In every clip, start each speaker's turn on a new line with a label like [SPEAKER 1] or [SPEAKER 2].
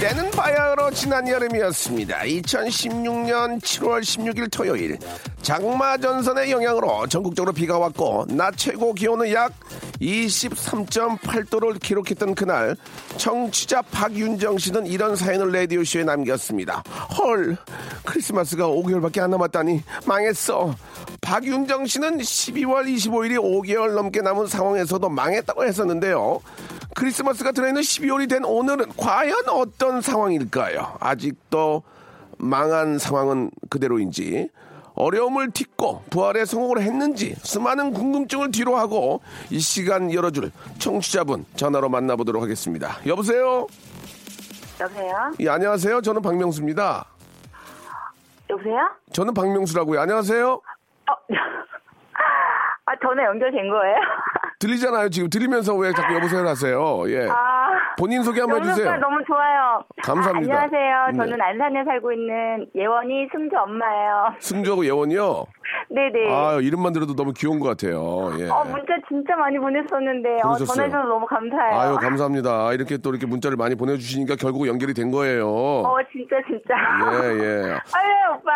[SPEAKER 1] 때는 바야흐로 지난 여름이었습니다. 2016년 7월 16일 토요일 장마 전선의 영향으로 전국적으로 비가 왔고 낮 최고 기온은 약 23.8도를 기록했던 그날 청취자 박윤정 씨는 이런 사연을 라디오 쇼에 남겼습니다. 헐 크리스마스가 5개월밖에 안 남았다니 망했어. 박윤정 씨는 12월 25일이 5개월 넘게 남은 상황에서도 망했다고 했었는데요. 크리스마스가 들어있는 12월이 된 오늘은 과연 어떤 상황일까요? 아직도 망한 상황은 그대로인지 어려움을 딛고 부활에 성공을 했는지 수많은 궁금증을 뒤로하고 이 시간 열어줄 청취자분 전화로 만나보도록 하겠습니다. 여보세요?
[SPEAKER 2] 여보세요?
[SPEAKER 1] 예, 안녕하세요. 저는 박명수입니다.
[SPEAKER 2] 여보세요?
[SPEAKER 1] 저는 박명수라고요. 안녕하세요?
[SPEAKER 2] 어, 아, 전화 연결된 거예요?
[SPEAKER 1] 들리잖아요. 지금 들리면서 왜 자꾸 여보세요 하세요? 예.
[SPEAKER 2] 아,
[SPEAKER 1] 본인 소개 한번
[SPEAKER 2] 오늘
[SPEAKER 1] 해주세요.
[SPEAKER 2] 오빠 너무 좋아요.
[SPEAKER 1] 감사합니다.
[SPEAKER 2] 아, 안녕하세요. 저는
[SPEAKER 1] 네.
[SPEAKER 2] 안산에 살고 있는 예원이 승주 엄마예요.
[SPEAKER 1] 승조하고 예원이요?
[SPEAKER 2] 네네.
[SPEAKER 1] 아 이름만 들어도 너무 귀여운 것 같아요. 예.
[SPEAKER 2] 어, 문자 진짜 많이 보냈었는데, 어,
[SPEAKER 1] 보내셨어요.
[SPEAKER 2] 전화해줘서 너무 감사해요.
[SPEAKER 1] 아유 감사합니다. 이렇게 또 이렇게 문자를 많이 보내주시니까 결국 연결이 된 거예요.
[SPEAKER 2] 어, 진짜, 진짜.
[SPEAKER 1] 예 예.
[SPEAKER 2] 아유, 오빠.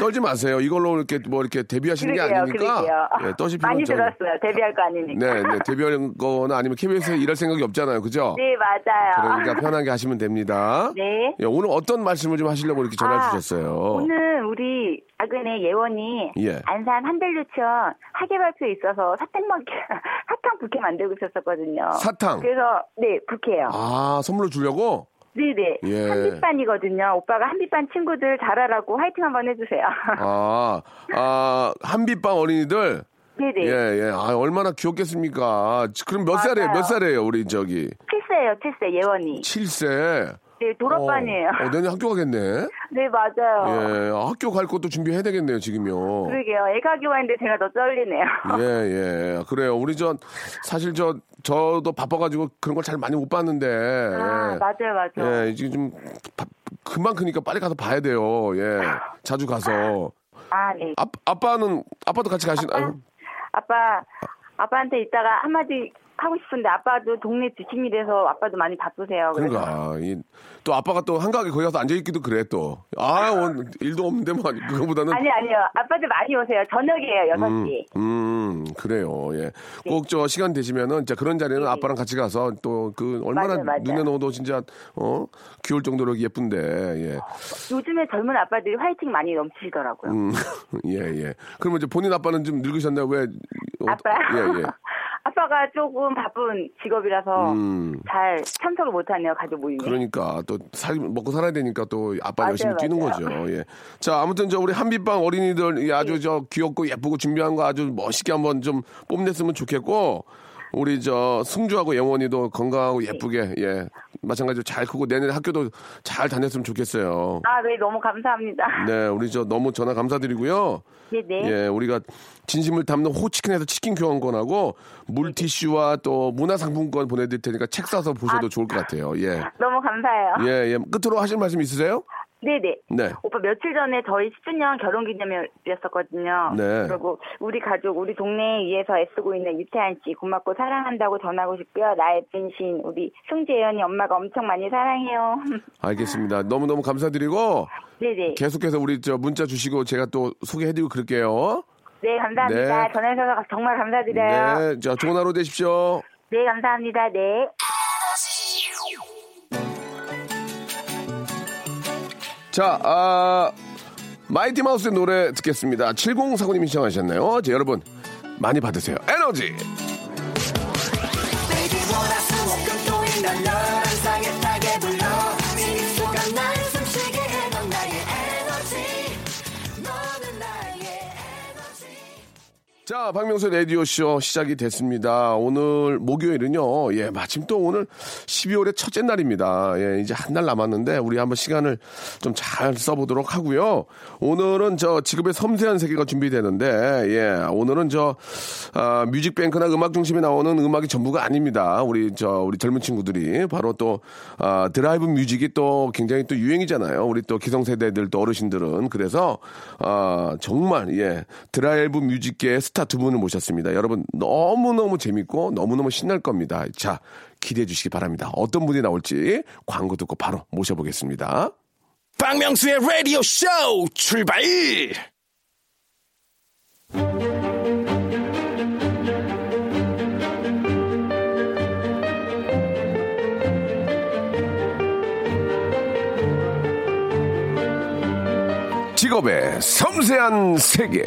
[SPEAKER 1] 떨지 마세요. 이걸로 이렇게 뭐 이렇게 데뷔하시는 게
[SPEAKER 2] 그러게요,
[SPEAKER 1] 아니니까.
[SPEAKER 2] 그러게요.
[SPEAKER 1] 예, 떠실 필요
[SPEAKER 2] 많이
[SPEAKER 1] 없잖아요.
[SPEAKER 2] 들었어요. 데뷔할 거 아니니까.
[SPEAKER 1] 네, 네. 데뷔하는 거나 아니면 KBS에 일할 생각이 없잖아요. 그죠?
[SPEAKER 2] 네, 맞아요.
[SPEAKER 1] 그러니까 편하게 하시면 됩니다.
[SPEAKER 2] 네.
[SPEAKER 1] 예, 오늘 어떤 말씀을 좀 하시려고 이렇게 전화
[SPEAKER 2] 아,
[SPEAKER 1] 주셨어요?
[SPEAKER 2] 오늘 우리 아그네 예원이
[SPEAKER 1] 예.
[SPEAKER 2] 안산 한별유치원 학예 발표에 있어서 사탕 먹기 사탕 부케 만들고 있었었거든요.
[SPEAKER 1] 사탕?
[SPEAKER 2] 그래서 네 부케요.
[SPEAKER 1] 아 선물로 주려고?
[SPEAKER 2] 네네.
[SPEAKER 1] 예.
[SPEAKER 2] 한빛반이거든요. 오빠가 한빛반 친구들 잘하라고 화이팅 한번 해주세요.
[SPEAKER 1] 아, 아 한빛방 어린이들.
[SPEAKER 2] 네네.
[SPEAKER 1] 예, 예. 아, 얼마나 귀엽겠습니까? 그럼 몇 살이에요?
[SPEAKER 2] 맞아요.
[SPEAKER 1] 몇 살이에요, 우리 저기?
[SPEAKER 2] 7세예요, 7세 예원이.
[SPEAKER 1] 7세.
[SPEAKER 2] 네
[SPEAKER 1] 어,
[SPEAKER 2] 졸업반이에요.
[SPEAKER 1] 어, 내년 학교 가겠네.
[SPEAKER 2] 네 맞아요.
[SPEAKER 1] 예, 아, 학교 갈 것도 준비해야 되겠네요, 지금요.
[SPEAKER 2] 그러게요. 애가 교환인데 제가 더 떨리네요.
[SPEAKER 1] 예, 예. 그래요. 우리 저, 사실 저, 저도 바빠가지고 그런 걸 잘 많이 못 봤는데.
[SPEAKER 2] 아
[SPEAKER 1] 예.
[SPEAKER 2] 맞아요, 맞아요.
[SPEAKER 1] 예, 이제 좀, 바- 금방 크니까 빨리 가서 봐야 돼요. 예. 자주 가서.
[SPEAKER 2] 아 네.
[SPEAKER 1] 아, 아빠는, 아빠도 같이 가시나요?
[SPEAKER 2] 아빠 아빠한테 이따가 한마디 하고 싶은데 아빠도 동네 주심이라서 아빠도 많이 바쁘세요. 그래서.
[SPEAKER 1] 그러니까 이, 또 아빠가 또 한가하게 거기 가서 앉아 있기도 그래 또. 아, 오늘 일도 없는데 뭐 그거보다는
[SPEAKER 2] 아니 아니요 아빠도 많이 오세요. 저녁이에요 여섯 시.
[SPEAKER 1] 음, 그래요. 예. 꼭 저 시간 되시면은 진짜 그런 자리는 아빠랑 같이 가서 또 그 얼마나
[SPEAKER 2] 맞아요, 맞아요.
[SPEAKER 1] 눈에 넣어도 진짜 어 귀울 정도로 예쁜데 예.
[SPEAKER 2] 요즘에 젊은 아빠들이 화이팅 많이 넘치시더라고요.
[SPEAKER 1] 음, 예, 예. 그러면 이제 본인 아빠는 좀 늙으셨나요? 왜? 어,
[SPEAKER 2] 아빠요?
[SPEAKER 1] 예, 예.
[SPEAKER 2] 아빠가 조금 바쁜 직업이라서
[SPEAKER 1] 음.
[SPEAKER 2] 잘 참석을 못하네요 가족 모임에.
[SPEAKER 1] 그러니까 또 살 먹고 살아야 되니까 또 아빠
[SPEAKER 2] 맞아요,
[SPEAKER 1] 열심히 뛰는
[SPEAKER 2] 맞아요. 예.
[SPEAKER 1] 거죠. 예. 자 아무튼 저 우리 한빛방 어린이들 이 아주 저 귀엽고 예쁘고 준비한 거 아주 멋있게 한번 좀 뽐냈으면 좋겠고 우리 저 승주하고 영원이도 건강하고 예쁘게 예 마찬가지로 잘 크고 내년 학교도 잘 다녔으면 좋겠어요.
[SPEAKER 2] 아 네 너무 감사합니다.
[SPEAKER 1] 네 우리 저 너무 전화 감사드리고요.
[SPEAKER 2] 네네.
[SPEAKER 1] 예, 우리가 진심을 담는 호치킨에서 치킨 교환권하고
[SPEAKER 2] 예, 네.
[SPEAKER 1] 물티슈와 또 문화상품권 보내드릴 테니까 책 사서 보셔도 좋을 것 같아요. 예.
[SPEAKER 2] 너무 감사해요.
[SPEAKER 1] 예, 예. 끝으로 하실 말씀 있으세요?
[SPEAKER 2] 네네.
[SPEAKER 1] 네.
[SPEAKER 2] 오빠 며칠 전에 저희 10주년 결혼 기념일이었었거든요.
[SPEAKER 1] 네.
[SPEAKER 2] 그리고 우리 가족, 우리 동네에 의해서 애쓰고 있는 유태한 씨 고맙고 사랑한다고 전하고 싶고요. 나의 진신 우리 승재연이 엄마가 엄청 많이 사랑해요.
[SPEAKER 1] 알겠습니다. 너무너무 감사드리고
[SPEAKER 2] 네네.
[SPEAKER 1] 계속해서 우리 저 문자 주시고 제가 또 소개해드리고 그럴게요.
[SPEAKER 2] 네 감사합니다.
[SPEAKER 1] 네.
[SPEAKER 2] 전화해서 정말 감사드려요.
[SPEAKER 1] 네. 자, 좋은 하루 되십시오.
[SPEAKER 2] 네, 감사합니다. 네.
[SPEAKER 1] 자, 아, 마이티 마우스의 노래 듣겠습니다. 7049님이 신청하셨네요. 자, 여러분, 많이 받으세요. 에너지! 자, 박명수 라디오쇼 시작이 됐습니다. 오늘 목요일은요, 예, 마침 또 오늘 12월의 첫째 날입니다. 예, 이제 한 날 남았는데, 우리 한번 시간을 좀 잘 써보도록 하고요. 오늘은 저 직업의 섬세한 세계가 준비되는데, 예, 오늘은 저, 아, 뮤직뱅크나 음악중심에 나오는 음악이 전부가 아닙니다. 우리 저, 우리 젊은 친구들이 바로 또, 아, 드라이브 뮤직이 또 굉장히 또 유행이잖아요. 우리 또 기성세대들 또 어르신들은. 그래서, 아, 정말, 예, 드라이브 뮤직계의 스타 두 분을 모셨습니다. 여러분, 너무너무 재밌고, 너무너무 신날 겁니다. 자, 기대해 주시기 바랍니다. 어떤 분이 나올지 광고 듣고 바로 모셔보겠습니다.
[SPEAKER 3] 박명수의 라디오 쇼 출발!
[SPEAKER 1] 직업의 섬세한 세계.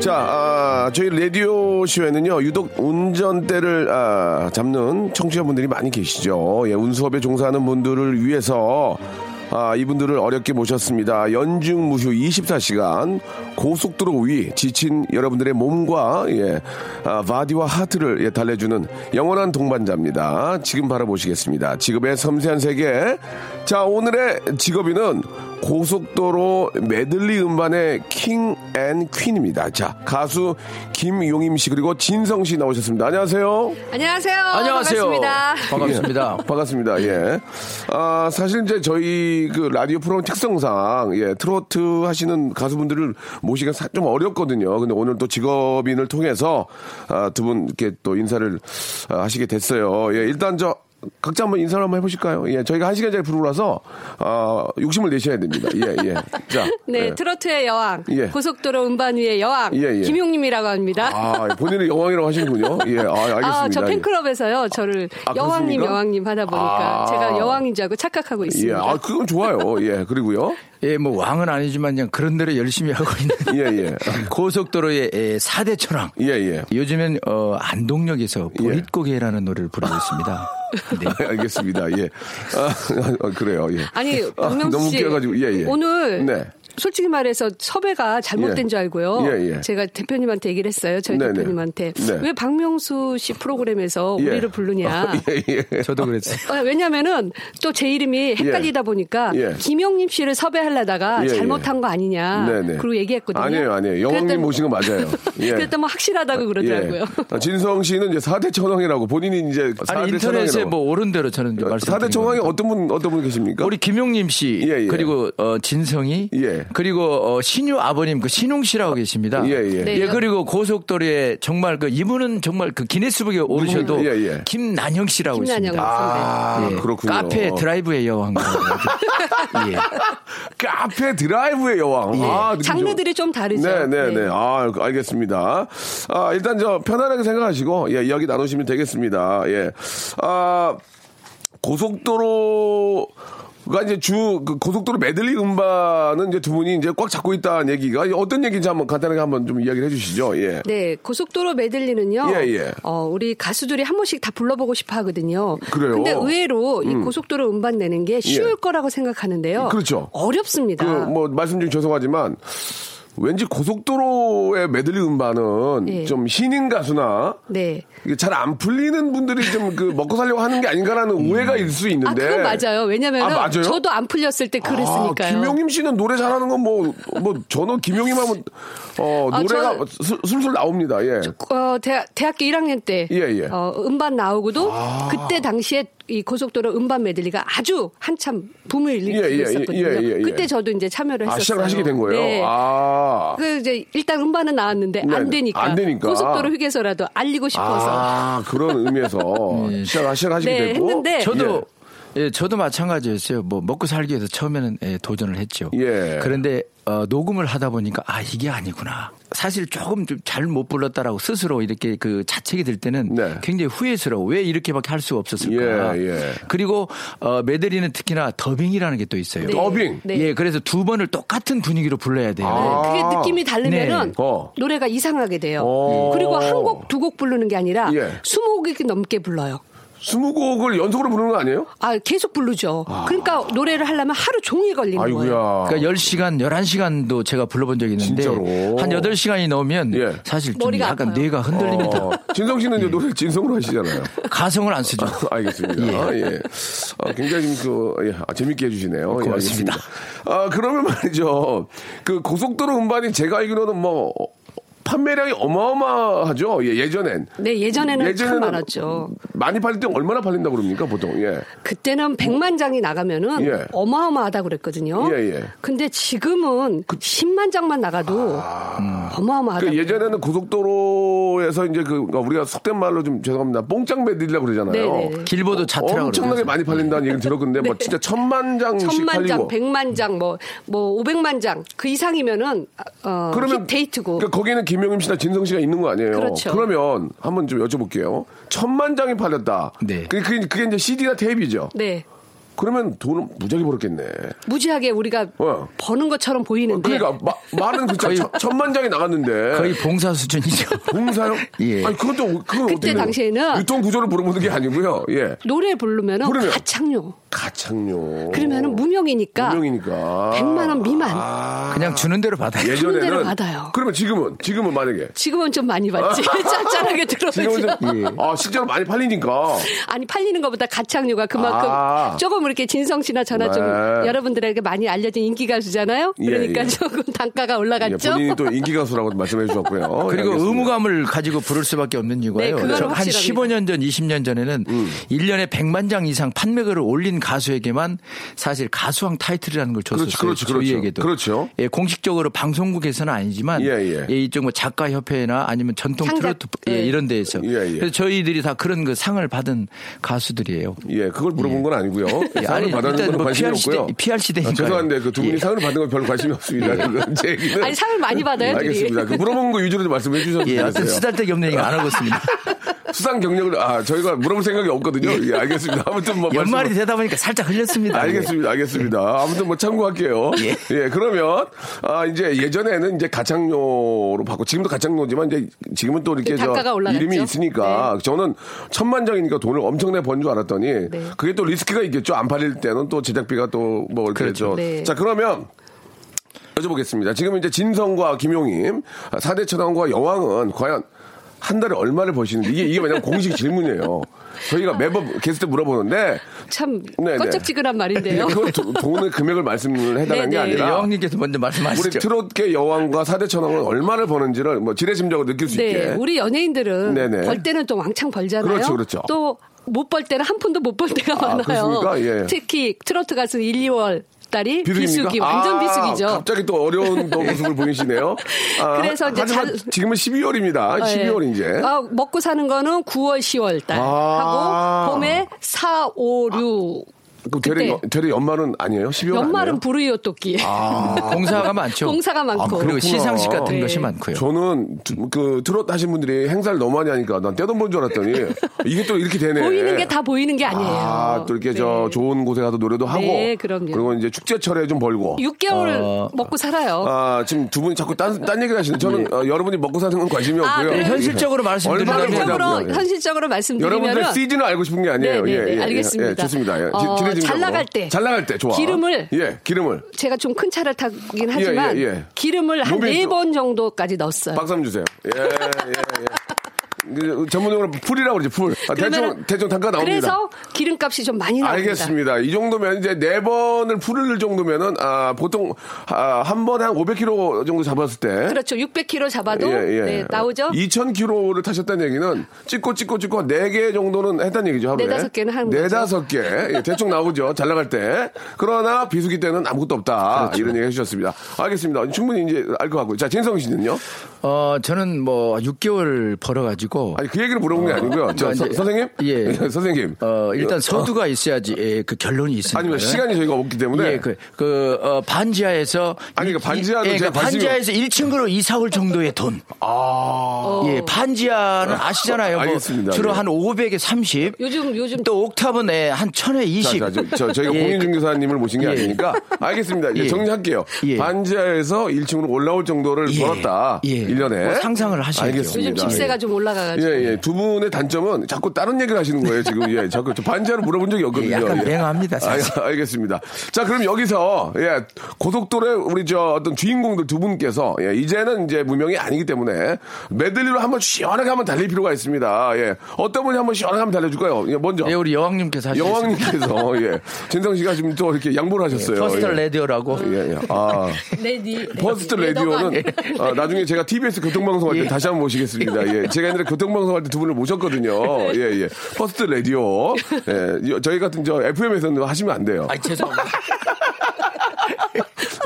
[SPEAKER 1] 자, 아, 저희 라디오 쇼에는요 유독 운전대를 아, 잡는 청취자분들이 많이 계시죠. 예, 운수업에 종사하는 분들을 위해서 아, 이분들을 어렵게 모셨습니다. 연중 무휴 24시간 고속도로 위 지친 여러분들의 몸과 예, 아, 바디와 하트를 예, 달래주는 영원한 동반자입니다. 지금 바라보시겠습니다. 직업의 섬세한 세계. 자, 오늘의 직업인은 고속도로 메들리 음반의 킹 앤 퀸입니다. 자, 가수 김용임 씨 그리고 진성 씨 나오셨습니다. 안녕하세요.
[SPEAKER 4] 안녕하세요.
[SPEAKER 3] 안녕하세요.
[SPEAKER 4] 반갑습니다.
[SPEAKER 3] 반갑습니다.
[SPEAKER 1] 예, 반갑습니다. 예. 아, 사실 이제 저희 그 라디오 프로그램 특성상 예, 트로트 하시는 가수분들을 모시기가 사- 좀 어렵거든요. 근데 오늘 또 직업인을 통해서 아, 두 분 이렇게 또 인사를 아, 하시게 됐어요. 예, 일단 저 각자 한번 인사를 한번 해보실까요? 예, 저희가 한 시간짜리 프로라서 아, 욕심을 내셔야 됩니다. 예, 예. 자,
[SPEAKER 4] 네,
[SPEAKER 1] 예.
[SPEAKER 4] 트로트의 여왕,
[SPEAKER 1] 예.
[SPEAKER 4] 고속도로 음반 위의 여왕,
[SPEAKER 1] 예, 예.
[SPEAKER 4] 김용님이라고 합니다.
[SPEAKER 1] 아, 본인을 여왕이라고 하시는군요. 예, 아, 알겠습니다.
[SPEAKER 4] 저
[SPEAKER 1] 예.
[SPEAKER 4] 팬클럽에서요, 저를
[SPEAKER 1] 아,
[SPEAKER 4] 여왕님,
[SPEAKER 1] 그렇습니까?
[SPEAKER 4] 여왕님 하다 보니까
[SPEAKER 1] 아.
[SPEAKER 4] 제가 여왕인 줄 알고 착각하고
[SPEAKER 1] 예,
[SPEAKER 4] 있습니다.
[SPEAKER 1] 아, 그건 좋아요. 예, 그리고요.
[SPEAKER 3] 예, 뭐 왕은 아니지만 그냥 그런 대로 열심히 하고 있는
[SPEAKER 1] 예, 예.
[SPEAKER 3] 고속도로의 예, 사대 천왕.
[SPEAKER 1] 예, 예.
[SPEAKER 3] 요즘엔 어, 안동역에서
[SPEAKER 1] 예.
[SPEAKER 3] 보릿고개라는 노래를 부르고 있습니다. 네.
[SPEAKER 1] 알겠습니다. 예. 아, 아, 그래요. 예.
[SPEAKER 4] 아니, 박명수
[SPEAKER 1] 너무
[SPEAKER 4] 씨.
[SPEAKER 1] 웃겨가지고, 예, 예.
[SPEAKER 4] 오늘
[SPEAKER 1] 네.
[SPEAKER 4] 솔직히 말해서 섭외가 잘못된
[SPEAKER 1] 예.
[SPEAKER 4] 줄 알고요.
[SPEAKER 1] 예, 예.
[SPEAKER 4] 제가 대표님한테 얘기를 했어요. 저희
[SPEAKER 1] 네, 네.
[SPEAKER 4] 대표님한테.
[SPEAKER 1] 네.
[SPEAKER 4] 왜 박명수 씨 프로그램에서
[SPEAKER 1] 예.
[SPEAKER 4] 우리를 부르냐.
[SPEAKER 1] 예, 예.
[SPEAKER 3] 저도 그랬어요.
[SPEAKER 4] 어, 왜냐면은 또 제 이름이 헷갈리다 보니까
[SPEAKER 1] 예.
[SPEAKER 4] 김용림 씨를 섭외하려다가
[SPEAKER 1] 예, 예.
[SPEAKER 4] 잘못한 거 아니냐
[SPEAKER 1] 네네.
[SPEAKER 4] 그리고 얘기했거든요.
[SPEAKER 1] 아니에요, 아니에요. 영왕님
[SPEAKER 4] 그랬더니-
[SPEAKER 1] 모신 거 맞아요. 예.
[SPEAKER 4] 그랬더니 뭐 확실하다고 그러더라고요.
[SPEAKER 1] 예. 아, 진성 씨는 이제 4대 천왕이라고 본인이 이제 4대
[SPEAKER 3] 아니 인터넷에
[SPEAKER 1] 천왕이라고.
[SPEAKER 3] 뭐 오른 대로 저는 이제 말씀드린
[SPEAKER 1] 4대 천왕이
[SPEAKER 3] 겁니다.
[SPEAKER 1] 어떤 분, 어떤 분 계십니까?
[SPEAKER 3] 우리 김용림 씨
[SPEAKER 1] 예, 예.
[SPEAKER 3] 그리고 어, 진성이
[SPEAKER 1] 예.
[SPEAKER 3] 그리고 어, 신유 아버님 그 신웅 씨라고 계십니다.
[SPEAKER 1] 예, 예.
[SPEAKER 4] 네.
[SPEAKER 3] 그리고 고속도로에 정말 그 이분은 정말 그 기네스북에 오르셔도
[SPEAKER 1] 예, 예.
[SPEAKER 3] 김난영 씨라고
[SPEAKER 4] 김난영
[SPEAKER 3] 있습니다.
[SPEAKER 1] 아,
[SPEAKER 3] 예.
[SPEAKER 1] 그렇군요. 어.
[SPEAKER 3] 카페 드라이브의 여왕. 예.
[SPEAKER 1] 카페 그 드라이브의 여왕. 아, 느낌 좋-
[SPEAKER 4] 장르들이 좀 다르죠.
[SPEAKER 1] 네, 네, 네.
[SPEAKER 4] 네.
[SPEAKER 1] 아, 알겠습니다. 아, 일단 저 편안하게 생각하시고 예, 이야기 나누시면 되겠습니다. 예. 아, 고속도로 가 이제 주그 고속도로 메들리 음반은 이제 두 분이 이제 꽉 잡고 있다는 얘기가 어떤 얘기인지 한번 간단하게 한번 좀 이야기를 해주시죠. 예.
[SPEAKER 4] 네, 고속도로 메들리는요.
[SPEAKER 1] 예, 예.
[SPEAKER 4] 어, 우리 가수들이 한 번씩 다 불러보고 싶어 하거든요.
[SPEAKER 1] 그래요? 예.
[SPEAKER 4] 근데 의외로 이 고속도로 음반 내는 게 쉬울 거라고 생각하는데요.
[SPEAKER 1] 그렇죠.
[SPEAKER 4] 어렵습니다.
[SPEAKER 1] 그 뭐 말씀 중에 죄송하지만 왠지 고속도로의 메들리 음반은
[SPEAKER 4] 예.
[SPEAKER 1] 좀 신인 가수나
[SPEAKER 4] 네.
[SPEAKER 1] 잘 안 풀리는 분들이 좀 그 먹고 살려고 하는 게 아닌가라는 오해가 있을 수 있는데.
[SPEAKER 4] 아, 그건 맞아요. 왜냐면
[SPEAKER 1] 아,
[SPEAKER 4] 은
[SPEAKER 1] 맞아요?
[SPEAKER 4] 저도 안 풀렸을 때 그랬으니까요.
[SPEAKER 1] 아, 김용임 씨는 노래 잘하는 건 뭐, 뭐, 저는 김용임 하면, 어,
[SPEAKER 4] 아,
[SPEAKER 1] 노래가
[SPEAKER 4] 저는-
[SPEAKER 1] 슬- 슬슬 나옵니다, 예.
[SPEAKER 4] 어, 대학, 대학교 1학년 때
[SPEAKER 1] 예, 아. 예.
[SPEAKER 4] 어, 음반 나오고도 그때 당시에 이 고속도로 음반 메들리가 아주 한참 붐을 일으키고
[SPEAKER 1] 예, 예,
[SPEAKER 4] 있었거든요.
[SPEAKER 1] 예, 예, 예.
[SPEAKER 4] 그때 저도 이제 참여를
[SPEAKER 1] 아,
[SPEAKER 4] 했었어요.
[SPEAKER 1] 시작을 하시게 된 거예요?
[SPEAKER 4] 네.
[SPEAKER 1] 아.
[SPEAKER 4] 그 이제 일단 음반은 나왔는데
[SPEAKER 1] 네,
[SPEAKER 4] 안 되니까,
[SPEAKER 1] 안 되니까.
[SPEAKER 4] 고속도로 휴게소라도 알리고 싶어서 음.
[SPEAKER 1] 아, 그런 의미에서 시작을, 시작하시게
[SPEAKER 4] 네
[SPEAKER 1] 되고.
[SPEAKER 4] 했는데
[SPEAKER 3] 저도 예, 저도 마찬가지였어요. 뭐 먹고 살기 위해서 처음에는 예, 도전을 했죠.
[SPEAKER 1] 예.
[SPEAKER 3] 그런데 어, 녹음을 하다 보니까 아 이게 아니구나. 사실 조금 좀 잘 못 불렀다라고 스스로 이렇게 그 자책이 될 때는
[SPEAKER 1] 네.
[SPEAKER 3] 굉장히 후회스러워. 왜 이렇게밖에 할 수가 없었을까.
[SPEAKER 1] 예, 예.
[SPEAKER 3] 그리고 어, 메들리는 특히나 더빙이라는 게 또 있어요.
[SPEAKER 4] 네.
[SPEAKER 1] 더빙.
[SPEAKER 4] 네.
[SPEAKER 3] 예, 그래서 두 번을 똑같은 분위기로 불러야 돼요.
[SPEAKER 1] 아.
[SPEAKER 4] 그게 느낌이 다르면은
[SPEAKER 3] 네.
[SPEAKER 1] 어.
[SPEAKER 4] 노래가 이상하게 돼요.
[SPEAKER 1] 어.
[SPEAKER 4] 그리고 한 곡 두 곡 부르는 게 아니라
[SPEAKER 1] 예.
[SPEAKER 4] 스무 곡이 넘게 불러요.
[SPEAKER 1] 스무 곡을 연속으로 부르는 거 아니에요?
[SPEAKER 4] 아 계속 부르죠. 그러니까 노래를 하려면 하루 종일 걸리는 거예요.
[SPEAKER 1] 아이고야.
[SPEAKER 3] 그러니까 10시간, 11시간도 제가 불러본 적이 있는데
[SPEAKER 1] 진짜로?
[SPEAKER 3] 한 8시간이 넘으면
[SPEAKER 1] 예.
[SPEAKER 3] 사실 좀
[SPEAKER 4] 머리가
[SPEAKER 3] 약간
[SPEAKER 4] 아파요.
[SPEAKER 3] 뇌가 흔들립니다.
[SPEAKER 1] 어, 진성 씨는
[SPEAKER 3] 예.
[SPEAKER 1] 이제 노래 진성으로 하시잖아요.
[SPEAKER 3] 가성을 안 쓰죠.
[SPEAKER 1] 알겠습니다. 예. 아, 예. 아, 굉장히 그, 예. 아, 재밌게 해주시네요. 예,
[SPEAKER 3] 고맙습니다.
[SPEAKER 1] 알겠습니다. 아, 그러면 말이죠. 그 고속도로 음반이 제가 알기로는 뭐, 어, 판매량이 어마어마하죠. 예, 예전엔.
[SPEAKER 4] 네 예전에는 참 많았죠.
[SPEAKER 1] 많이 팔릴 때 얼마나 팔린다고 그럽니까, 보통? 예.
[SPEAKER 4] 그때는 100만 장이 나가면은
[SPEAKER 1] 예.
[SPEAKER 4] 어마어마하다 그랬거든요.
[SPEAKER 1] 예, 예.
[SPEAKER 4] 근데 지금은 10만 장만 나가도 어마어마하다.
[SPEAKER 1] 그 예전에는 고속도로에서 이제 그, 그러니까 우리가 속된 말로 좀 죄송합니다. 뽕짝 매들이라고 그러잖아요.
[SPEAKER 4] 네네네.
[SPEAKER 3] 길보드 차트라고
[SPEAKER 1] 엄청나게
[SPEAKER 3] 그러죠.
[SPEAKER 1] 많이 팔린다는 얘기를 들었는데 뭐
[SPEAKER 4] 네.
[SPEAKER 1] 진짜 천만 장씩
[SPEAKER 4] 천만 장,
[SPEAKER 1] 팔리고
[SPEAKER 4] 백만 장, 뭐, 뭐, 500만 장, 그 이상이면은, 어, 그 데이트고.
[SPEAKER 1] 그러니까 거기는 김용임 씨나 진성 씨가 있는 거 아니에요?
[SPEAKER 4] 그렇죠.
[SPEAKER 1] 러면 한번 좀 여쭤볼게요. 천만 장이 팔렸다.
[SPEAKER 3] 네.
[SPEAKER 1] 그게, 그게, 그게 이제 CD나 테이프죠.
[SPEAKER 4] 네.
[SPEAKER 1] 그러면 돈은 무지하게 벌었겠네.
[SPEAKER 4] 무지하게 우리가
[SPEAKER 1] 어.
[SPEAKER 4] 버는 것처럼 보이는데.
[SPEAKER 1] 그러니까 마- 말은 진짜 천- 천만 장이 나갔는데
[SPEAKER 3] 거의 봉사 수준이죠.
[SPEAKER 1] 봉사요?
[SPEAKER 3] 예.
[SPEAKER 1] 아니 그것도 그건
[SPEAKER 4] 그때
[SPEAKER 1] 어떻게 돼요?
[SPEAKER 4] 당시에는
[SPEAKER 1] 유통 구조를 물어보는 게 아니고요. 예.
[SPEAKER 4] 노래 부르면은
[SPEAKER 1] 부르면.
[SPEAKER 4] 가창료.
[SPEAKER 1] 가창료.
[SPEAKER 4] 그러면은 무명이니까.
[SPEAKER 1] 무명이니까. 아.
[SPEAKER 4] 100만 원 미만.
[SPEAKER 3] 그냥 주는 대로 받아요.
[SPEAKER 1] 예전에는
[SPEAKER 4] 대로 받아요.
[SPEAKER 1] 그러면 지금은 지금은 만약에
[SPEAKER 4] 지금은 좀 많이 받지. 짭짤하게
[SPEAKER 1] 지금은
[SPEAKER 4] 들어오죠.
[SPEAKER 1] 좀-
[SPEAKER 3] 예.
[SPEAKER 1] 아 실제로 많이 팔리니까
[SPEAKER 4] 아니 팔리는 것보다 가창료가 그만큼
[SPEAKER 1] 아.
[SPEAKER 4] 조금 이렇게 진성 씨나 저나 좀
[SPEAKER 1] 네.
[SPEAKER 4] 여러분들에게 많이 알려진 인기 가수잖아요.
[SPEAKER 1] 예,
[SPEAKER 4] 그러니까
[SPEAKER 1] 예.
[SPEAKER 4] 조금 단가가
[SPEAKER 1] 예,
[SPEAKER 4] 올라갔죠.
[SPEAKER 1] 본인이 또 인기 가수라고 말씀해 주셨고요.
[SPEAKER 3] 그리고
[SPEAKER 1] 예, 알겠습니다.
[SPEAKER 3] 의무감을 가지고 부를 수밖에 없는 이유가요.
[SPEAKER 4] 네, 그건
[SPEAKER 3] 한
[SPEAKER 4] 확실합니다.
[SPEAKER 3] 15년 전, 20년 전에는
[SPEAKER 1] 음.
[SPEAKER 3] 1년에 100만 장 이상 판매가를 올린 가수에게만 사실 가수왕 타이틀이라는 걸 줬었어요.
[SPEAKER 1] 그렇죠, 그렇죠, 그렇죠.
[SPEAKER 3] 저희에게도.
[SPEAKER 1] 그렇죠.
[SPEAKER 3] 예, 공식적으로 방송국에서는 아니지만
[SPEAKER 1] 예, 예.
[SPEAKER 3] 예, 이쪽 뭐 작가 협회나 아니면 전통
[SPEAKER 4] 창작,
[SPEAKER 3] 트로트 예,
[SPEAKER 4] 예.
[SPEAKER 3] 이런 데에서
[SPEAKER 1] 예, 예.
[SPEAKER 3] 그래서 저희들이 다 그런 그 상을 받은 가수들이에요.
[SPEAKER 1] 예, 그걸 물어본 건 아니고요.
[SPEAKER 3] 예,
[SPEAKER 1] 상을
[SPEAKER 3] 아니,
[SPEAKER 1] 받았는
[SPEAKER 3] 일단
[SPEAKER 1] 건
[SPEAKER 3] 뭐
[SPEAKER 1] 관심이
[SPEAKER 3] PR 시대-
[SPEAKER 1] 없고요.
[SPEAKER 3] PR 시대니까요.
[SPEAKER 1] 아, 죄송한데 그 두 분이
[SPEAKER 3] 예.
[SPEAKER 1] 상을 받은 건 별 관심이 없습니다. 그건 제 얘기는.
[SPEAKER 4] 아니 상을 많이 받아요. 둘이.
[SPEAKER 1] 알겠습니다. 그 물어본 거 위주로 좀 말씀해 주셨으면
[SPEAKER 3] 예,
[SPEAKER 1] 좋겠어요.
[SPEAKER 3] 어떤 쓰잘데기 없는 얘기 안 하고 있습니다.
[SPEAKER 1] 수상 경력을 아 저희가 물어볼 생각이 없거든요. 예, 알겠습니다. 아무튼 뭐
[SPEAKER 3] 연말이
[SPEAKER 1] 말씀을-
[SPEAKER 3] 되다 보니까 살짝 흘렸습니다.
[SPEAKER 1] 알겠습니다,
[SPEAKER 4] 예.
[SPEAKER 1] 알겠습니다. 아무튼 뭐 참고할게요. 예. 그러면 아 이제 예전에는 이제 가창료로 받고 지금도 가창료지만 이제 지금은 또 이렇게 저
[SPEAKER 4] 예, 단가가 올라갔죠.
[SPEAKER 1] 이름이 있으니까 저는 천만장이니까 돈을 엄청나게 번 줄 알았더니
[SPEAKER 4] 네.
[SPEAKER 1] 그게 또 리스크가 있겠죠. 안 팔릴 때는 또 제작비가 또 뭐 이렇게 저-
[SPEAKER 4] 네.
[SPEAKER 1] 자 그러면 여쭤보겠습니다. 지금 이제 진성과 김용임, 사대 천왕과 여왕은 과연 한 달에 얼마를 버시는지 이게 이게 왜냐면 공식 질문이에요. 저희가 매번 게스트 물어보는데
[SPEAKER 4] 참
[SPEAKER 1] 네, 네.
[SPEAKER 4] 껄쩍지근한 말인데요.
[SPEAKER 1] 그건 도- 돈의 금액을 말씀을 해달라는 게
[SPEAKER 4] 네, 네.
[SPEAKER 3] 예.
[SPEAKER 1] 아니라
[SPEAKER 3] 여왕님께서 먼저
[SPEAKER 1] 우리
[SPEAKER 3] 말씀하시죠.
[SPEAKER 1] 트롯계 여왕과 사대 천왕은 얼마를 버는지를 뭐 지레짐작으로 느낄 수
[SPEAKER 4] 네,
[SPEAKER 1] 있게
[SPEAKER 4] 우리 연예인들은
[SPEAKER 1] 네네.
[SPEAKER 4] 벌 때는 또 왕창 벌잖아요.
[SPEAKER 1] 그렇죠, 그렇죠.
[SPEAKER 4] 또 못 벌 때는 한 푼도 못 벌 때가
[SPEAKER 1] 아,
[SPEAKER 4] 많아요.
[SPEAKER 1] 그렇습니까? 예.
[SPEAKER 4] 특히 트로트 가수 1, 2월 달이
[SPEAKER 1] 비수기입니까?
[SPEAKER 4] 비수기, 완전
[SPEAKER 1] 아,
[SPEAKER 4] 비수기죠.
[SPEAKER 1] 갑자기 또 어려운 또 모습을 보이시네요. 아,
[SPEAKER 4] 그래서 이제
[SPEAKER 1] 하지만
[SPEAKER 4] 자-
[SPEAKER 1] 지금은 12월입니다.
[SPEAKER 4] 예.
[SPEAKER 1] 12월 이제
[SPEAKER 4] 아, 먹고 사는 거는 9월, 10월 달
[SPEAKER 1] 아.
[SPEAKER 4] 하고 봄에 4, 5, 6.
[SPEAKER 1] 그럼 되레 여-
[SPEAKER 4] 그때.
[SPEAKER 1] 되레 연말은 아니에요? 12월
[SPEAKER 4] 연말은
[SPEAKER 1] 아니에요?
[SPEAKER 4] 부르이오 토끼.
[SPEAKER 3] 공사가 많죠.
[SPEAKER 4] 공사가 많고.
[SPEAKER 3] 아, 그리고
[SPEAKER 1] 그렇구나.
[SPEAKER 3] 시상식 같은
[SPEAKER 4] 네.
[SPEAKER 3] 것이 많고요.
[SPEAKER 1] 저는 두- 그 트롯 하신 분들이 행사를 너무 많이 하니까 난 떼돈 번줄 알았더니 이게 또 이렇게 되네.
[SPEAKER 4] 보이는 게 다 보이는 게 아니에요.
[SPEAKER 1] 아, 또 이렇게
[SPEAKER 4] 네.
[SPEAKER 1] 저 좋은 곳에 가서 노래도 하고
[SPEAKER 4] 네, 그럼요.
[SPEAKER 1] 리고 이제 축제철에 좀 벌고
[SPEAKER 4] 6개월 먹고 살아요.
[SPEAKER 1] 아, 지금 두 분이 자꾸 딴, 딴 얘기를 하시는데 저는 어, 여러분이 먹고 사는 건 관심이
[SPEAKER 4] 네. 아,
[SPEAKER 1] 없고요. 예.
[SPEAKER 4] 그래요?
[SPEAKER 3] 현실적으로 말씀드리면
[SPEAKER 1] 얼마나
[SPEAKER 4] 현실적으로
[SPEAKER 1] 버냐고요. 예.
[SPEAKER 4] 현실적으로 말씀드리면은
[SPEAKER 1] 여러분들 시즌을 알고 싶은 게 아니에요.
[SPEAKER 4] 네, 네, 네,
[SPEAKER 1] 예, 예,
[SPEAKER 4] 알겠습니다.
[SPEAKER 1] 예, 좋습니다. 예.
[SPEAKER 4] 어,
[SPEAKER 1] 지레짐작으로.
[SPEAKER 4] 잘 나갈 때.
[SPEAKER 1] 잘 나갈 때 좋아.
[SPEAKER 4] 기름을.
[SPEAKER 1] 예, 기름을.
[SPEAKER 4] 제가 좀 큰 차를 타긴 하지만
[SPEAKER 1] 예, 예.
[SPEAKER 4] 기름을 한
[SPEAKER 1] 로빈
[SPEAKER 4] 네
[SPEAKER 1] 좀-
[SPEAKER 4] 번 정도까지 넣었어요.
[SPEAKER 1] 박수 한번 주세요. 예, 예, 예. 그 전문용어로 풀이라고 그러지 풀. 아, 대충
[SPEAKER 4] 그러면은
[SPEAKER 1] 대충 단가 나옵니다.
[SPEAKER 4] 그래서 기름값이 좀 많이 나옵니다.
[SPEAKER 1] 알겠습니다. 이 정도면 이제 네 번을 풀을 정도면은 아 보통 아, 한 번에 한 500kg 정도 잡았을 때
[SPEAKER 4] 그렇죠. 600kg
[SPEAKER 1] 예,
[SPEAKER 4] 잡아도 네, 나오죠.
[SPEAKER 1] 2,000km를 타셨다는 얘기는 찍고 찍고 찍고 네 개 정도는 했다는 얘기죠. 하루에.
[SPEAKER 4] 네다섯 개는 하는
[SPEAKER 1] 네
[SPEAKER 4] 거죠.
[SPEAKER 1] 다섯 개 예, 대충 나오죠. 잘 나갈 때. 그러나
[SPEAKER 4] 그렇죠.
[SPEAKER 1] 비수기 때는 아무것도 없다. 이런 얘기 해주셨습니다. 알겠습니다. 충분히 이제 알 것 같고요. 자, 진성 씨는요?
[SPEAKER 3] 어, 저는 뭐 6개월 벌어가지고.
[SPEAKER 1] 아니 그 얘기를 물어본 게 아니고요. 저,
[SPEAKER 3] 어,
[SPEAKER 1] 서-
[SPEAKER 3] 이제-
[SPEAKER 1] 선생님?
[SPEAKER 3] 예.
[SPEAKER 1] 선생님.
[SPEAKER 3] 어, 일단 서두가 있어야지 예, 그 결론이 있습니다.
[SPEAKER 1] 아니면 뭐 시간이 저희가 없기 때문에.
[SPEAKER 3] 예, 그, 그, 어, 반지하에서.
[SPEAKER 1] 아니, 그 반지하도
[SPEAKER 3] 이- 예,
[SPEAKER 1] 제가
[SPEAKER 3] 그러니까
[SPEAKER 1] 관심이
[SPEAKER 3] 반지하에서 1층으로 이사 올 정도의 돈.
[SPEAKER 1] 아.
[SPEAKER 4] 어.
[SPEAKER 3] 예, 반지하는 아시잖아요. 뭐
[SPEAKER 1] 알겠습니다.
[SPEAKER 3] 주로
[SPEAKER 1] 예.
[SPEAKER 3] 한 500에 30.
[SPEAKER 4] 요즘 요즘
[SPEAKER 3] 또 옥탑은 예, 한 1000에 20.
[SPEAKER 1] 자, 자, 저, 저, 저희가
[SPEAKER 3] 예,
[SPEAKER 1] 공인중개사님을 모신 게
[SPEAKER 3] 예.
[SPEAKER 1] 아니니까 알겠습니다. 이제
[SPEAKER 3] 예.
[SPEAKER 1] 정리할게요.
[SPEAKER 3] 예.
[SPEAKER 1] 반지하에서 1층으로 올라올 정도를
[SPEAKER 3] 예.
[SPEAKER 1] 벌었다.
[SPEAKER 3] 예.
[SPEAKER 1] 일년에
[SPEAKER 3] 뭐 상상을 하셔야죠.
[SPEAKER 1] 알겠습니다.
[SPEAKER 4] 요즘 집세가
[SPEAKER 1] 예.
[SPEAKER 4] 좀 올라가가지고.
[SPEAKER 1] 예, 예. 두 분의 단점은 자꾸 다른 얘기를 하시는 거예요, 지금. 예. 자꾸 저 반지하를 물어본 적이 없거든요.
[SPEAKER 3] 예, 약간
[SPEAKER 1] 예.
[SPEAKER 3] 맹합니다, 사실.
[SPEAKER 1] 아, 알겠습니다. 자, 그럼 여기서, 예, 고속도로에 우리 저 어떤 주인공들 두 분께서, 예, 이제는 이제 무명이 아니기 때문에 메들리로 한번 시원하게 한번 달릴 필요가 있습니다. 예. 어떤 분이 한번 시원하게 한번 달려줄까요? 예, 먼저.
[SPEAKER 3] 예, 우리 여왕님께서 하시죠.
[SPEAKER 1] 여왕님께서 예 진성 씨가 지금 또 이렇게 양보를 하셨어요.
[SPEAKER 3] 퍼스트
[SPEAKER 1] 예.
[SPEAKER 3] 레디오라고.
[SPEAKER 1] 예, 예. 아,
[SPEAKER 4] 네, 네.
[SPEAKER 1] 퍼스트
[SPEAKER 4] 네, 너가
[SPEAKER 1] 라디오는
[SPEAKER 4] 아니야.
[SPEAKER 1] 아, 나중에 제가 TBS 교통방송
[SPEAKER 3] 예.
[SPEAKER 1] 할 때 다시 한번 모시겠습니다. 예, 제가 옛날에 교통방송 할 때 두 분을
[SPEAKER 4] 네.
[SPEAKER 1] 모셨거든요. 예, 예. 퍼스트 라디오. 예, 여- 저희 같은 저 FM에서는 하시면 안 돼요.
[SPEAKER 3] 아, 죄송합니다.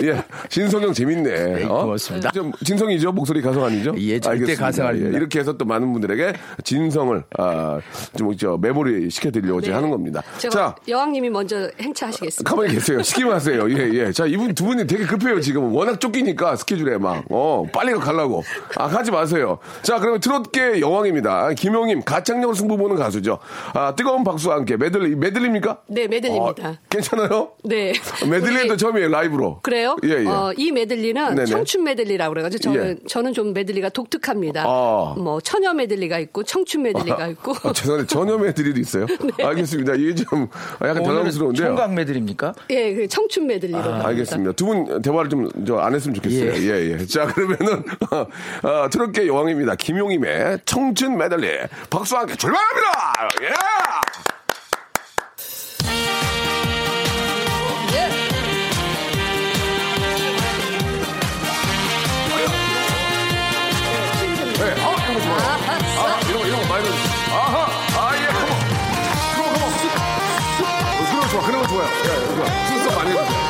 [SPEAKER 1] 예, 진성형 재밌네. 어?
[SPEAKER 3] 네, 고맙습니다.
[SPEAKER 1] 좀 진성이죠? 목소리 가성 아니죠?
[SPEAKER 3] 예, 절대
[SPEAKER 1] 알겠습니다.
[SPEAKER 3] 가성합니다.
[SPEAKER 1] 예, 이렇게 해서 또 많은 분들에게 진성을 아, 좀저 메모리 시켜드리려고 제가 하는 겁니다.
[SPEAKER 4] 네. 제가
[SPEAKER 1] 자,
[SPEAKER 4] 여왕님이 먼저 행차하시겠습니다.
[SPEAKER 1] 가만히 계세요. 시키면 하세요. 예, 예. 자, 이분 두 분이 되게 급해요, 지금. 워낙 쫓기니까, 스케줄에 막. 어, 빨리 가려고. 아, 가지 마세요. 자, 그러면 트롯계 여왕입니다. 아, 김용임, 가창력으로 승부 보는 가수죠. 아, 뜨거운 박수와 함께. 메들리, 메들리입니까?
[SPEAKER 4] 네, 메들리입니다.
[SPEAKER 1] 아, 괜찮아요?
[SPEAKER 4] 네.
[SPEAKER 1] 메들리도
[SPEAKER 4] 우리-
[SPEAKER 1] 처음이에요, 라이브로.
[SPEAKER 4] 그래요?
[SPEAKER 1] 예, 예.
[SPEAKER 4] 어, 이 메들리는
[SPEAKER 1] 네네. 예.
[SPEAKER 4] 청춘 메들리라고 그래가지고 저는 저는 좀 메들리가 독특합니다.
[SPEAKER 1] 아.
[SPEAKER 4] 뭐 처녀 메들리가 있고 청춘 메들리가 있고 네.
[SPEAKER 1] 아, 죄송한데, 전염 애들이도 있어요? 알겠습니다. 이게 좀 아, 약간
[SPEAKER 3] 어, 오늘은
[SPEAKER 1] 당황스러운데요.
[SPEAKER 3] 총각 매드립니까?
[SPEAKER 4] 예, 그 청춘 메들리로 갑니다.
[SPEAKER 1] 아, 알겠습니다. 두 분 대화를 좀 저 안 했으면 좋겠어요.
[SPEAKER 3] 예.
[SPEAKER 1] 예, 예. 자, 그러면은 어, 트롯계 여왕입니다. 김용임의 청춘 메달리 박수와 함께 출발합니다. 예. 예, 아, 이런 거 좋아요. 아, 이런 거, 이런 거 많이 넣어주세요. 아하, 아, 예, 컴온. 컴온, 컴온. 어, 그런 거 좋아, 그런 거 좋아요. 예, 그거 좋아. 순서 많이 해주세요.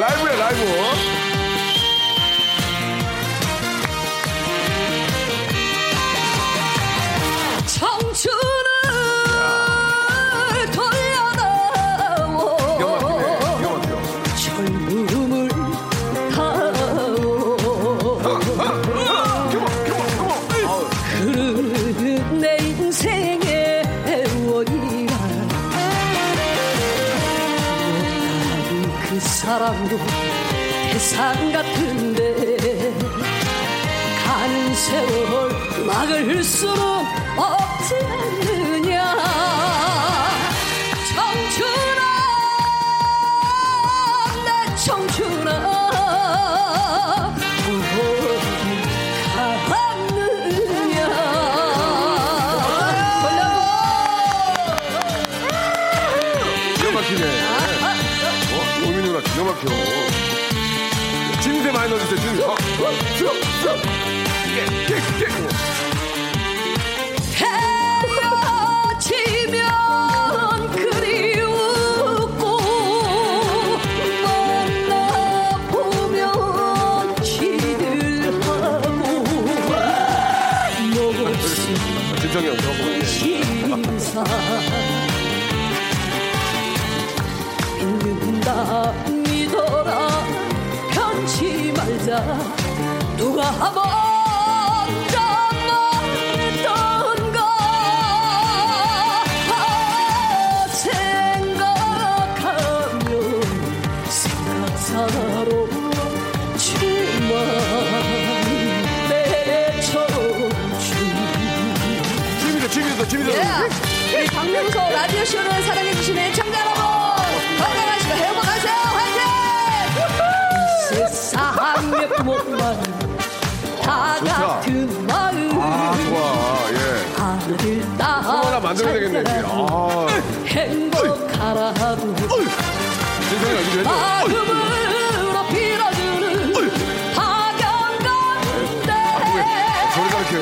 [SPEAKER 1] 라이브야, 라이브. 기가 막히네.
[SPEAKER 4] 청춘을 돌려다오
[SPEAKER 1] 기가 막혀.
[SPEAKER 4] 젊음을 타오 그릇 내 인생의 원이라 나는 그 사람도 해상 같은데 가는 세월 막을 수는 없지 않느냐 청춘아 내 청춘아 어디 갔느냐 걸려고
[SPEAKER 1] 기가 막히네. 어? 오민 누나 기가 막혀. 진세 많이 넣어주세요, 진세. 어, 어, 쭉, 쭉. 깨, 깨, 깨.
[SPEAKER 4] 헤어지면 그리웠고 만나보면 기들하고 먹없이
[SPEAKER 1] 진성이 형, 저거 보고.
[SPEAKER 4] 인사 믿는다 믿어라 편치 말자 누가 먼저 아, 말했던가 생각하면 생각사로 춤만 내 청춘
[SPEAKER 1] 취미도, 취미도, 취미도.
[SPEAKER 4] 예. 우리 박명수 라디오 쇼를 사랑해 주시는 청자 여러분 건강하시고 행복하세요 화이팅! 이 세상의 목만 다
[SPEAKER 1] 좋다.
[SPEAKER 4] 같은 마음
[SPEAKER 1] 아, 좋아. 예.
[SPEAKER 4] 하늘
[SPEAKER 1] 또 하나
[SPEAKER 4] 따라
[SPEAKER 1] 만들어야 되겠네. 이게. 아,
[SPEAKER 4] 행복하라고
[SPEAKER 1] 진성이 형, 이거 해줘.
[SPEAKER 4] 마음으로 빌어주는
[SPEAKER 1] 저리 가르쳐요.
[SPEAKER 4] 박연건대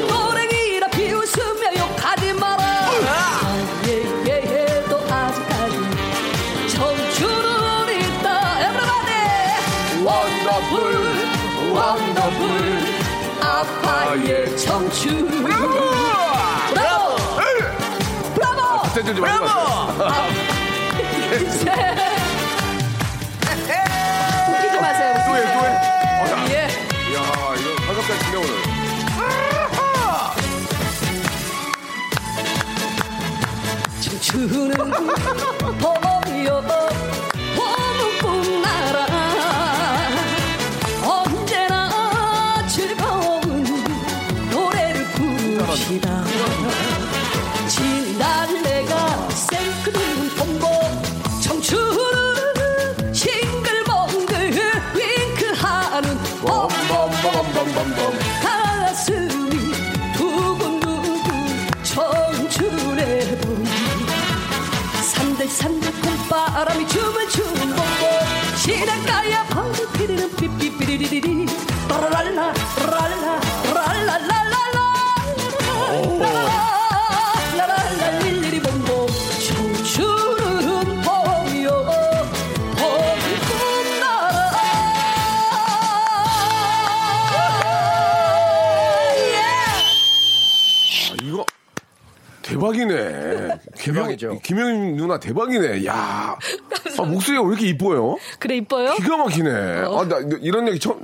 [SPEAKER 4] 노랭이라 비웃으며 욕하지 마라 얘기해도 아직까지 청춘은 있다 에브리바디
[SPEAKER 1] 원더풀, 원더풀. 나의 청춘. 브라보!
[SPEAKER 4] 브라보!
[SPEAKER 1] 스탠좀 많이 봤어요.
[SPEAKER 4] 예. 웃기지 마세요.
[SPEAKER 1] 또 해, 또 해. 어, 나-
[SPEAKER 4] 예.
[SPEAKER 1] 이야, 이거 반갑다, 진짜 오늘.
[SPEAKER 4] 춤추는 봄이여 봄은 나라 언제나 즐거운 노래를 부릅시다 진달래가 생크림 봄봄 청춘은 싱글벙글 윙크하는 봄봄봄봄봄봄 가슴이 두근두근 청춘의 봄 산들산들 봄바람이 춤을 추는 봄봄 시냇가에 방울 피리는 삐삐삐리리리 라랄라 라랄라 라랄라라라 라랄라 릴리리 봄봄 청춘은 봄이요 봄이 꿈나라 예!
[SPEAKER 1] 아, 이거 대박이네.
[SPEAKER 3] 대박이죠.
[SPEAKER 1] 김영, 김영희 누나 대박이네. 야, 아, 목소리가 왜 이렇게 이뻐요?
[SPEAKER 4] 그래 이뻐요?
[SPEAKER 1] 기가 막히네. 아, 나 이런 얘기 처음.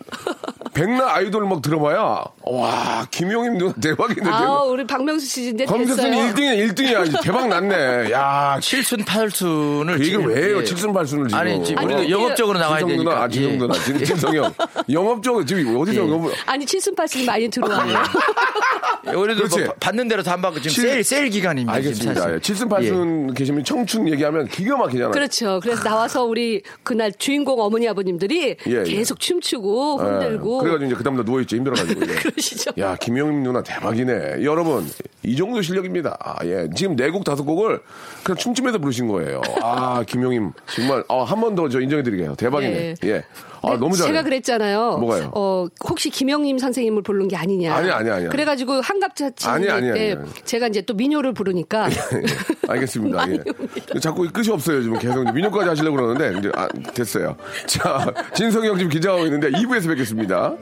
[SPEAKER 1] 백나 아이돌 막 들어봐야 와 김용임 누나 대박인데
[SPEAKER 4] 아,
[SPEAKER 1] 대박.
[SPEAKER 4] 우리 박명수 씨 이제
[SPEAKER 1] 검색순
[SPEAKER 4] 됐어요.
[SPEAKER 1] 1등이야 1등이야 대박 났네. 야
[SPEAKER 3] 칠순 팔순을
[SPEAKER 1] 그 얘기를
[SPEAKER 3] 지금,
[SPEAKER 1] 왜 해요?
[SPEAKER 3] 예.
[SPEAKER 1] 칠순 팔순을 지금.
[SPEAKER 3] 아니 지금
[SPEAKER 4] 아니,
[SPEAKER 3] 우리는
[SPEAKER 4] 그게-
[SPEAKER 3] 영업적으로 나가야
[SPEAKER 1] 진성 누나,
[SPEAKER 3] 되니까.
[SPEAKER 1] 아, 진성
[SPEAKER 3] 예.
[SPEAKER 1] 누나, 진- 진성형. 영업적으로 지금 어디서
[SPEAKER 3] 예.
[SPEAKER 1] 영업을.
[SPEAKER 4] 아니 칠순팔순이 많이
[SPEAKER 1] 아,
[SPEAKER 4] 들어와요.
[SPEAKER 1] 네.
[SPEAKER 3] 예, 우리도
[SPEAKER 1] 그렇지.
[SPEAKER 3] 뭐 바- 받는 대로 다 안 받고 지금
[SPEAKER 1] 칠-
[SPEAKER 3] 세일 세일 기간입니다.
[SPEAKER 1] 알겠습니다. 예.
[SPEAKER 3] 지금 사실.
[SPEAKER 1] 칠순 팔순 계시면 청춘 얘기하면 기가 막히잖아요.
[SPEAKER 4] 그렇죠. 그래서 나와서 우리 그날 주인공 어머니 아버님들이
[SPEAKER 1] 예, 예.
[SPEAKER 4] 계속 춤추고
[SPEAKER 1] 예.
[SPEAKER 4] 흔들고
[SPEAKER 1] 그래가지고 이제 그 다음날 누워있죠. 힘들어가지고. 예.
[SPEAKER 4] 그러시죠.
[SPEAKER 1] 야, 김용임 누나 대박이네. 여러분, 이 정도 실력입니다. 아, 예. 지금 네 곡 다섯 곡을 그냥 춤추면서 부르신 거예요. 아, 김용임. 정말, 아, 한 번 더 저 인정해드리게요. 대박이네. 예.
[SPEAKER 4] 예.
[SPEAKER 1] 아, 너무 잘해.
[SPEAKER 4] 제가 그랬잖아요.
[SPEAKER 1] 뭐가요?
[SPEAKER 4] 어, 혹시 김영림 선생님을 부른 게 아니냐.
[SPEAKER 1] 아니, 아니, 아니, 아니.
[SPEAKER 4] 그래가지고 한갑자
[SPEAKER 1] 아니, 아니,
[SPEAKER 4] 치는
[SPEAKER 1] 아니,
[SPEAKER 4] 때
[SPEAKER 1] 아니.
[SPEAKER 4] 제가 이제 또 민요를 부르니까
[SPEAKER 1] 예. 알겠습니다. 예. 자꾸 이 끝이 없어요. 지금 계속 이제 민요까지 하시려고 그러는데, 이제, 아, 됐어요. 자, 진성이 형 지금 기자하고 있는데 2부에서 뵙겠습니다.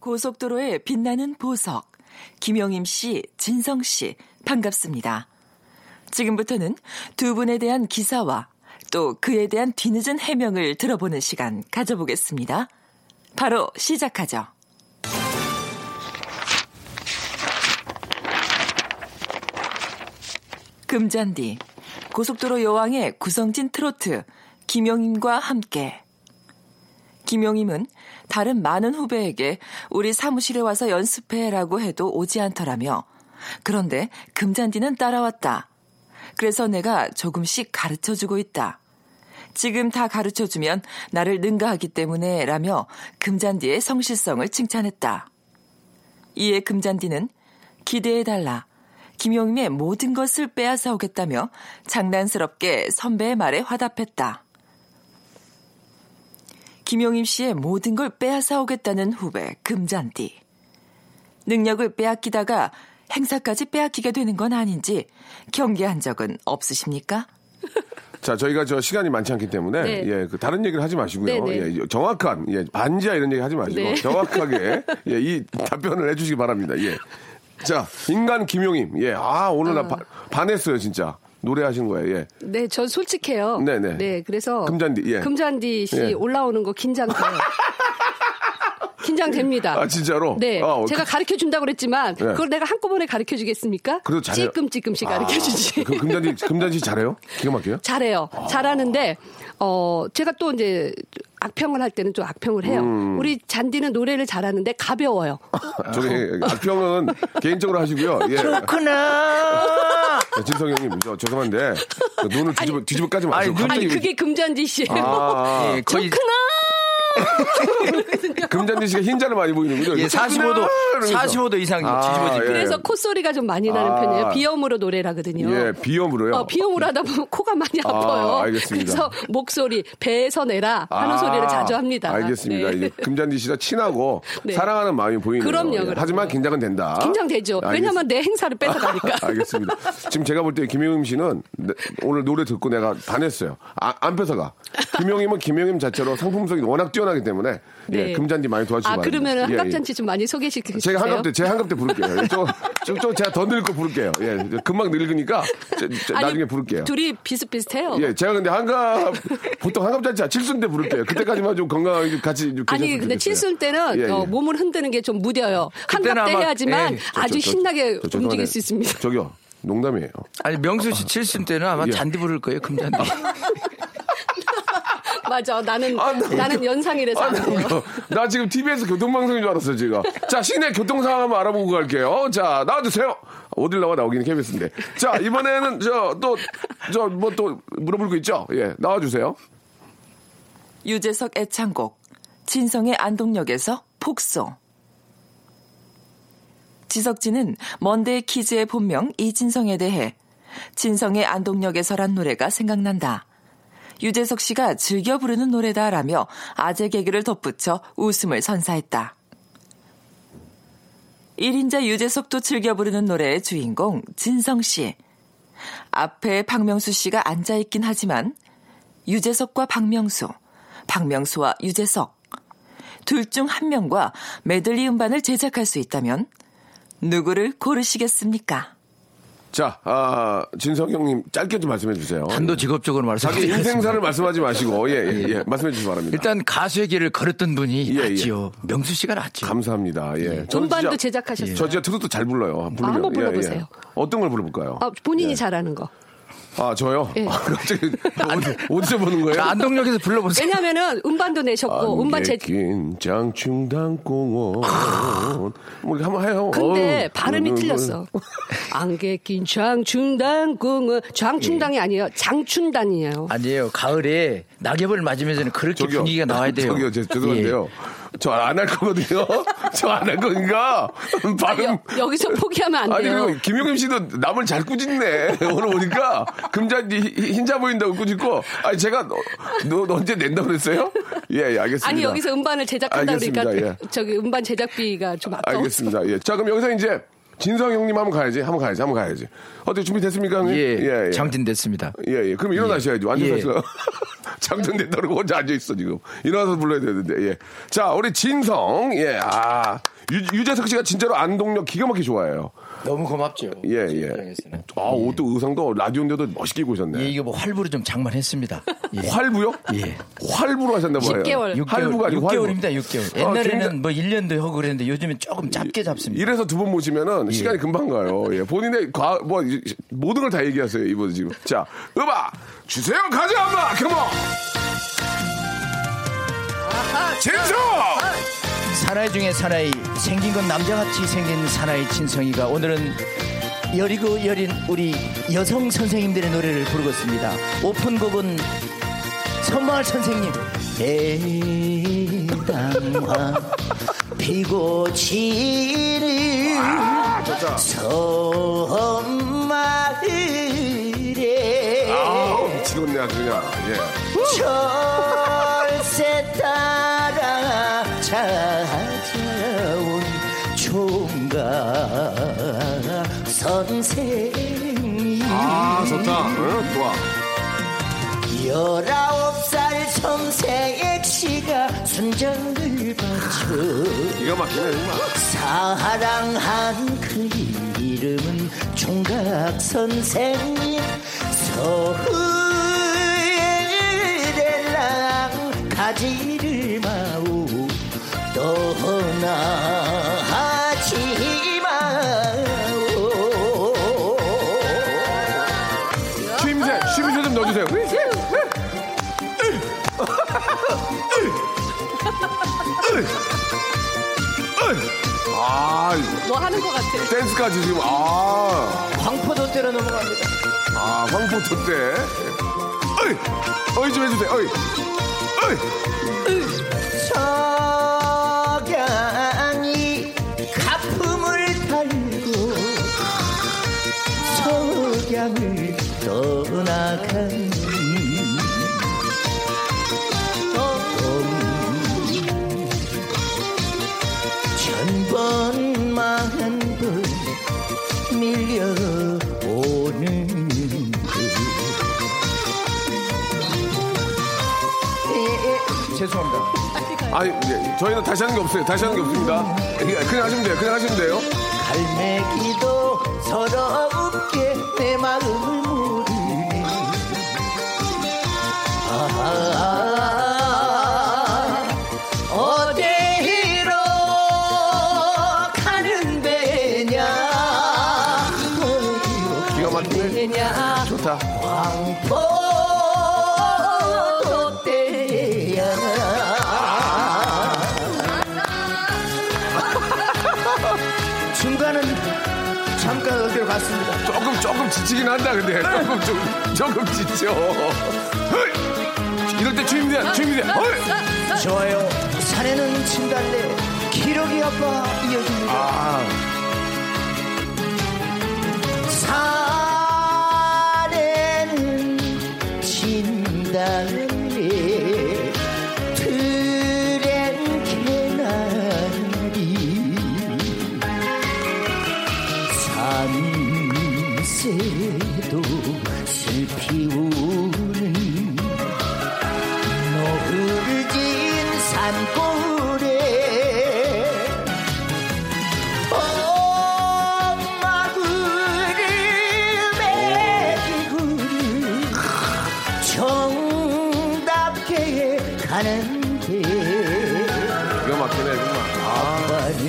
[SPEAKER 5] 고속도로의 빛나는 보석. 김영임 씨, 진성 씨, 반갑습니다. 지금부터는 두 분에 대한 기사와 또 그에 대한 뒤늦은 해명을 들어보는 시간 가져보겠습니다. 바로 시작하죠. 금잔디, 고속도로 여왕의 구성진 트로트, 김영임과 함께 김용임은 다른 많은 후배에게 우리 사무실에 와서 연습해라고 해도 오지 않더라며. 그런데 금잔디는 따라왔다. 그래서 내가 조금씩 가르쳐 주고 있다. 지금 다 가르쳐 주면 나를 능가하기 때문에 라며 금잔디의 성실성을 칭찬했다. 이에 금잔디는 기대해달라. 김용임의 모든 것을 빼앗아 오겠다며 장난스럽게 선배의 말에 화답했다. 김용임 씨의 모든 걸 빼앗아 오겠다는 후배 금잔디. 능력을 빼앗기다가 행사까지 빼앗기게 되는 건 아닌지 경계한 적은 없으십니까?
[SPEAKER 1] 자, 저희가 저 시간이 많지 않기 때문에
[SPEAKER 4] 네.
[SPEAKER 1] 예, 그 다른 얘기를 하지 마시고요.
[SPEAKER 4] 네, 네.
[SPEAKER 1] 예, 정확한 예, 반지하 이런 얘기 하지 마시고
[SPEAKER 4] 네.
[SPEAKER 1] 정확하게 예, 이 답변을 해주시기 바랍니다. 예. 자, 인간 김용임. 예, 아 오늘 나 바- 반했어요 진짜 노래하신 거예요. 예.
[SPEAKER 4] 네, 전 솔직해요.
[SPEAKER 1] 네, 네.
[SPEAKER 4] 그래서
[SPEAKER 1] 금잔디, 예.
[SPEAKER 4] 금잔디 씨
[SPEAKER 1] 예.
[SPEAKER 4] 올라오는 거 긴장돼요. 긴장됩니다.
[SPEAKER 1] 아 진짜로?
[SPEAKER 4] 네,
[SPEAKER 1] 아, 예.
[SPEAKER 4] 제가 가르쳐 준다고 그랬지만 그걸 내가 한꺼번에 가르쳐 주겠습니까?
[SPEAKER 1] 그래도 잘해요.
[SPEAKER 4] 찔끔찔끔씩 가르쳐 주지.
[SPEAKER 1] 그 금잔디 금잔디 잘해요? 기가 막혀요?
[SPEAKER 4] 잘해요. 잘하는데 어 제가 또 이제 악평을 할 때는 좀 악평을 해요.
[SPEAKER 1] 음.
[SPEAKER 4] 우리 잔디는 노래를 잘하는데 가벼워요.
[SPEAKER 1] 저기 악평은 개인적으로 하시고요. 예.
[SPEAKER 3] 그렇구나.
[SPEAKER 1] 진성 형님, 저 죄송한데 그 눈을 뒤집어 뒤집어 까지 마세요.
[SPEAKER 3] 아니, 예, 눈-
[SPEAKER 1] 갑자기
[SPEAKER 4] 아니 그게 금잔디 씨예요.
[SPEAKER 1] 아,
[SPEAKER 3] 예, 거의
[SPEAKER 4] 좋구나.
[SPEAKER 1] 금잔디 씨가 흰자를 많이 보이는군요.
[SPEAKER 3] 예, 45도,
[SPEAKER 1] 이러면서.
[SPEAKER 3] 45도 이상
[SPEAKER 1] 아,
[SPEAKER 3] 뒤집어지게.
[SPEAKER 1] 예.
[SPEAKER 4] 그래서 콧소리가 좀 많이 나는
[SPEAKER 1] 아.
[SPEAKER 4] 편이에요. 비염으로 노래라거든요.
[SPEAKER 1] 예, 비염으로요?
[SPEAKER 4] 어, 비염으로 하다 보면 코가 많이
[SPEAKER 1] 아,
[SPEAKER 4] 아파요.
[SPEAKER 1] 알겠습니다.
[SPEAKER 4] 그래서 목소리 배에서 내라 하는
[SPEAKER 1] 아,
[SPEAKER 4] 소리를 자주 합니다.
[SPEAKER 1] 알겠습니다. 예.
[SPEAKER 4] 네.
[SPEAKER 1] 이제 금잔디 씨가 친하고
[SPEAKER 4] 네.
[SPEAKER 1] 사랑하는 마음이 보이네요.
[SPEAKER 4] 그럼요,
[SPEAKER 1] 예.
[SPEAKER 4] 그럼요.
[SPEAKER 1] 하지만 긴장은 된다. 예,
[SPEAKER 4] 긴장되죠.
[SPEAKER 1] 아, 알겠- 아,
[SPEAKER 4] 왜냐면 내 행사를 뺏어가니까.
[SPEAKER 1] 알겠습니다. 지금 제가 볼 때 김용임 씨는 내- 오늘 노래 듣고 내가 반했어요. 아, 안 뺏어가. 김용임은 김용임 자체로 상품성이 워낙 뛰어나기 때문에 예,
[SPEAKER 4] 네.
[SPEAKER 1] 금잔디 많이 도와주시기
[SPEAKER 4] 아,
[SPEAKER 1] 바랍니다.
[SPEAKER 4] 그러면은
[SPEAKER 1] 예, 예.
[SPEAKER 4] 한갑잔치 좀 많이 소개시키세요.
[SPEAKER 1] 제가 한갑 때, 제 한갑 때 부를게요. 예, 좀, 좀, 좀 제가 더 늙고 부를게요. 예, 금방 늙으니까 제- 제
[SPEAKER 4] 아니,
[SPEAKER 1] 나중에 부를게요.
[SPEAKER 4] 둘이 비슷비슷해요.
[SPEAKER 1] 예, 제가 근데 한갑 보통 한갑 잔치 칠순 때 부를게요. 그때까지만 좀 건강하게 좀 같이 좀
[SPEAKER 4] 아니
[SPEAKER 1] 계셨으면
[SPEAKER 4] 근데
[SPEAKER 1] 좋겠어요.
[SPEAKER 4] 칠순 때는
[SPEAKER 1] 예, 예.
[SPEAKER 4] 어, 몸을 흔드는 게 좀 무뎌요.
[SPEAKER 3] 그때는
[SPEAKER 4] 한갑 때
[SPEAKER 3] 아마-
[SPEAKER 4] 해야지만
[SPEAKER 3] 예, 저,
[SPEAKER 1] 저,
[SPEAKER 4] 아주
[SPEAKER 1] 저,
[SPEAKER 4] 신나게
[SPEAKER 1] 저, 저
[SPEAKER 4] 움직일
[SPEAKER 1] 죄송한데
[SPEAKER 4] 수 있습니다.
[SPEAKER 1] 저기요, 농담이에요.
[SPEAKER 3] 아니, 명수 씨 칠순 때는 아마
[SPEAKER 1] 예.
[SPEAKER 3] 잔디 부를 거예요, 금잔디.
[SPEAKER 4] 맞아, 나는
[SPEAKER 1] 아, 나-
[SPEAKER 4] 나는 연상이라서
[SPEAKER 1] 아,
[SPEAKER 4] 안
[SPEAKER 1] 나,
[SPEAKER 4] 돼요.
[SPEAKER 1] 이거- 나 지금 TBS 교통방송인 줄 알았어요, 제가. 자, 시내 교통 상황 한번 알아보고 갈게요. 자, 나와주세요. 어딜 나와, 나오기는 KBS인데. 자, 이번에는 저, 또, 저, 뭐 또 물어볼 거 있죠? 예, 나와주세요.
[SPEAKER 5] 유재석 애창곡 진성의 안동역에서 폭소 지석진은 먼데이 키즈의 본명 이진성에 대해 진성의 안동역에서란 노래가 생각난다. 유재석 씨가 즐겨 부르는 노래다라며 아재 개그를 덧붙여 웃음을 선사했다. 1인자 유재석도 즐겨 부르는 노래의 주인공 진성 씨. 앞에 박명수 씨가 앉아있긴 하지만 유재석과 박명수, 박명수와 유재석. 둘 중 한 명과 메들리 음반을 제작할 수 있다면 누구를 고르시겠습니까?
[SPEAKER 1] 자, 아, 진성 형님, 짧게 좀 말씀해 주세요.
[SPEAKER 3] 단도 직업적으로
[SPEAKER 1] 아. 자기
[SPEAKER 3] 말씀드리겠습니다.
[SPEAKER 1] 인생사를 말씀하지 마시고, 예, 예, 예. 말씀해 주시기 바랍니다.
[SPEAKER 3] 일단 가수의 길을 걸었던 분이
[SPEAKER 1] 예, 예.
[SPEAKER 3] 낫지요. 명수 씨가 낫죠.
[SPEAKER 1] 감사합니다. 예. 저는
[SPEAKER 4] 네. 음반도
[SPEAKER 1] 진짜-
[SPEAKER 4] 제작하셨어요.
[SPEAKER 1] 저 진짜 트로트 잘 불러요. 부르면.
[SPEAKER 4] 한번 불러보세요.
[SPEAKER 1] 어떤 걸 불러볼까요?
[SPEAKER 4] 아, 본인이 잘하는 거.
[SPEAKER 1] 아, 저요?
[SPEAKER 4] 예.
[SPEAKER 1] 아, 갑자기 어디, 어디서 보는 거예요?
[SPEAKER 3] 자,
[SPEAKER 1] 아,
[SPEAKER 3] 그러니까 안동역에서 불러보세요.
[SPEAKER 4] 왜냐면은 음반도
[SPEAKER 1] 예,
[SPEAKER 4] 내셨고 어, 음반 제
[SPEAKER 1] 긴 장충당공원 뭐 이렇게 한번 해요.
[SPEAKER 4] 근데
[SPEAKER 1] 어우,
[SPEAKER 4] 발음이
[SPEAKER 1] 음,
[SPEAKER 4] 틀렸어. 안개낀 장충당궁은 장충당이 아니에요. 장춘단이에요.
[SPEAKER 3] 아니에요. 가을에 낙엽을 맞으면서는 그렇게
[SPEAKER 1] 저기요.
[SPEAKER 3] 분위기가 나와야 돼요. 예.
[SPEAKER 1] 저기요, 제- 죄송한데요.
[SPEAKER 4] 예.
[SPEAKER 1] 저 안 할 거거든요. 저 안 할 거니까 발음.
[SPEAKER 4] 여, 여기서 포기하면 안
[SPEAKER 1] 아니
[SPEAKER 4] 돼요.
[SPEAKER 1] 그리고 김용임 씨도 남을 잘 꾸짖네. 오늘 오니까 금잔디 희- 흰자 보인다고 꾸짖고. 아니 제가 너, 너, 너 언제 낸다 그랬어요? 예, 예 알겠습니다.
[SPEAKER 4] 아니 여기서 음반을 제작한다 그러니까
[SPEAKER 1] 알겠습니다, 예.
[SPEAKER 4] 저기 음반 제작비가 좀 아까워.
[SPEAKER 1] 알겠습니다. 예. 자, 그럼 여기서 이제 진성 형님 한번 가야지. 한번 가야지. 한번 가야지. 어때 준비됐습니까? 형님?
[SPEAKER 3] 예, 장진됐습니다.
[SPEAKER 1] 예, 예. 그럼 일어나셔야죠. 앉아서
[SPEAKER 3] 예.
[SPEAKER 1] 하세요. 장전됐다고 그러고 혼자 앉아있어, 지금. 일어나서 불러야 되는데, 예. 자, 우리 진성. 예, 아. 유, 재석 씨가 진짜로 안동역 기가 막히게 좋아해요.
[SPEAKER 3] 너무 고맙죠.
[SPEAKER 1] 예, 예.
[SPEAKER 3] 입장에서는.
[SPEAKER 1] 아, 옷도 의상도 라디오인데도 멋있게 입고 오셨네.
[SPEAKER 3] 예, 이거 뭐 활부로 좀 장만했습니다. 예.
[SPEAKER 1] 활부요?
[SPEAKER 3] 예.
[SPEAKER 1] 활부로 하셨나 봐요.
[SPEAKER 4] 10개월.
[SPEAKER 3] 육 개월,
[SPEAKER 1] 활부가 아니고
[SPEAKER 3] 육
[SPEAKER 1] 활부.
[SPEAKER 3] 개월입니다, 육개월
[SPEAKER 1] 아,
[SPEAKER 3] 옛날에는
[SPEAKER 1] 굉장히-
[SPEAKER 3] 뭐 1년도 하고 그랬는데 요즘엔 조금 짧게 잡습니다.
[SPEAKER 1] 이래서 두 번 모시면은 시간이 금방 가요. 예, 본인의 과, 뭐, 이- 모든 걸 다 얘기하세요, 이번 지금. 자, 음악 주세요, 가자, 엄마! 컴온! 진성!
[SPEAKER 3] 사나이 중에 사나이, 생긴 건 남자같이 생긴 사나이 진성이가 오늘은 여리고 여린 우리 여성 선생님들의 노래를 부르겠습니다. 오픈곡은 선마을 선생님. 대당화 피고 지는
[SPEAKER 1] 아, 좋다.
[SPEAKER 3] 선마을에
[SPEAKER 1] 아우, 미치겠네, 아주 그냥. 예.
[SPEAKER 3] 철새 따라 찾아온 총각 선생님
[SPEAKER 1] 아, 좋다. 응, 좋아.
[SPEAKER 3] 열아홉 살 섬세액 씨가 순정을 바쳐
[SPEAKER 1] 기가 막히네, 정말.
[SPEAKER 3] 사랑한 그 이름은 총각 선생님 서울에랑 가지를 마오 떠나지 마오
[SPEAKER 1] 취임새, 취임새 좀 넣어주세요. 아,
[SPEAKER 4] 뭐 하는 것 같아.
[SPEAKER 1] 댄스까지 지금, 아,
[SPEAKER 3] 광포도 때로 넘어갑니다
[SPEAKER 1] 아, 황포토 때. 어이! 어이 좀 해주세요, 어이! 어이!
[SPEAKER 3] 저 세상을 떠나간 어, 음. 천번만 번 밀려오는 그. 예, 예, 죄송합니다.
[SPEAKER 1] 아니, 예, 저희는 다시 하는 게 없어요. 다시 하는 게 없습니다. 예, 그냥 하시면 돼요. 그냥 하시면 돼요.
[SPEAKER 3] 갈매기도 서럽게 내 마음을 물으니 아 어디로 가는 데냐
[SPEAKER 1] 기가 막히네.
[SPEAKER 3] 데냐
[SPEAKER 1] 좋다.
[SPEAKER 3] 왕포도 때야 중간은 잠깐 어디로 갔습니다
[SPEAKER 1] 조금, 조금 지치긴 한다, 근데. 조금, 좀, 조금 지쳐. 헐! 이럴 때 주임대야, 주임대야. 헐!
[SPEAKER 3] 좋아요. 사례는 진달래 기러기 아빠 이어집니다. 사례는 진달래 들엔 개나리 산새도 슬피 우는 노을진 산골에 엄마 구름에 구름 정답게 가는 길
[SPEAKER 1] 기가 막히네, 정말.
[SPEAKER 3] 아빠는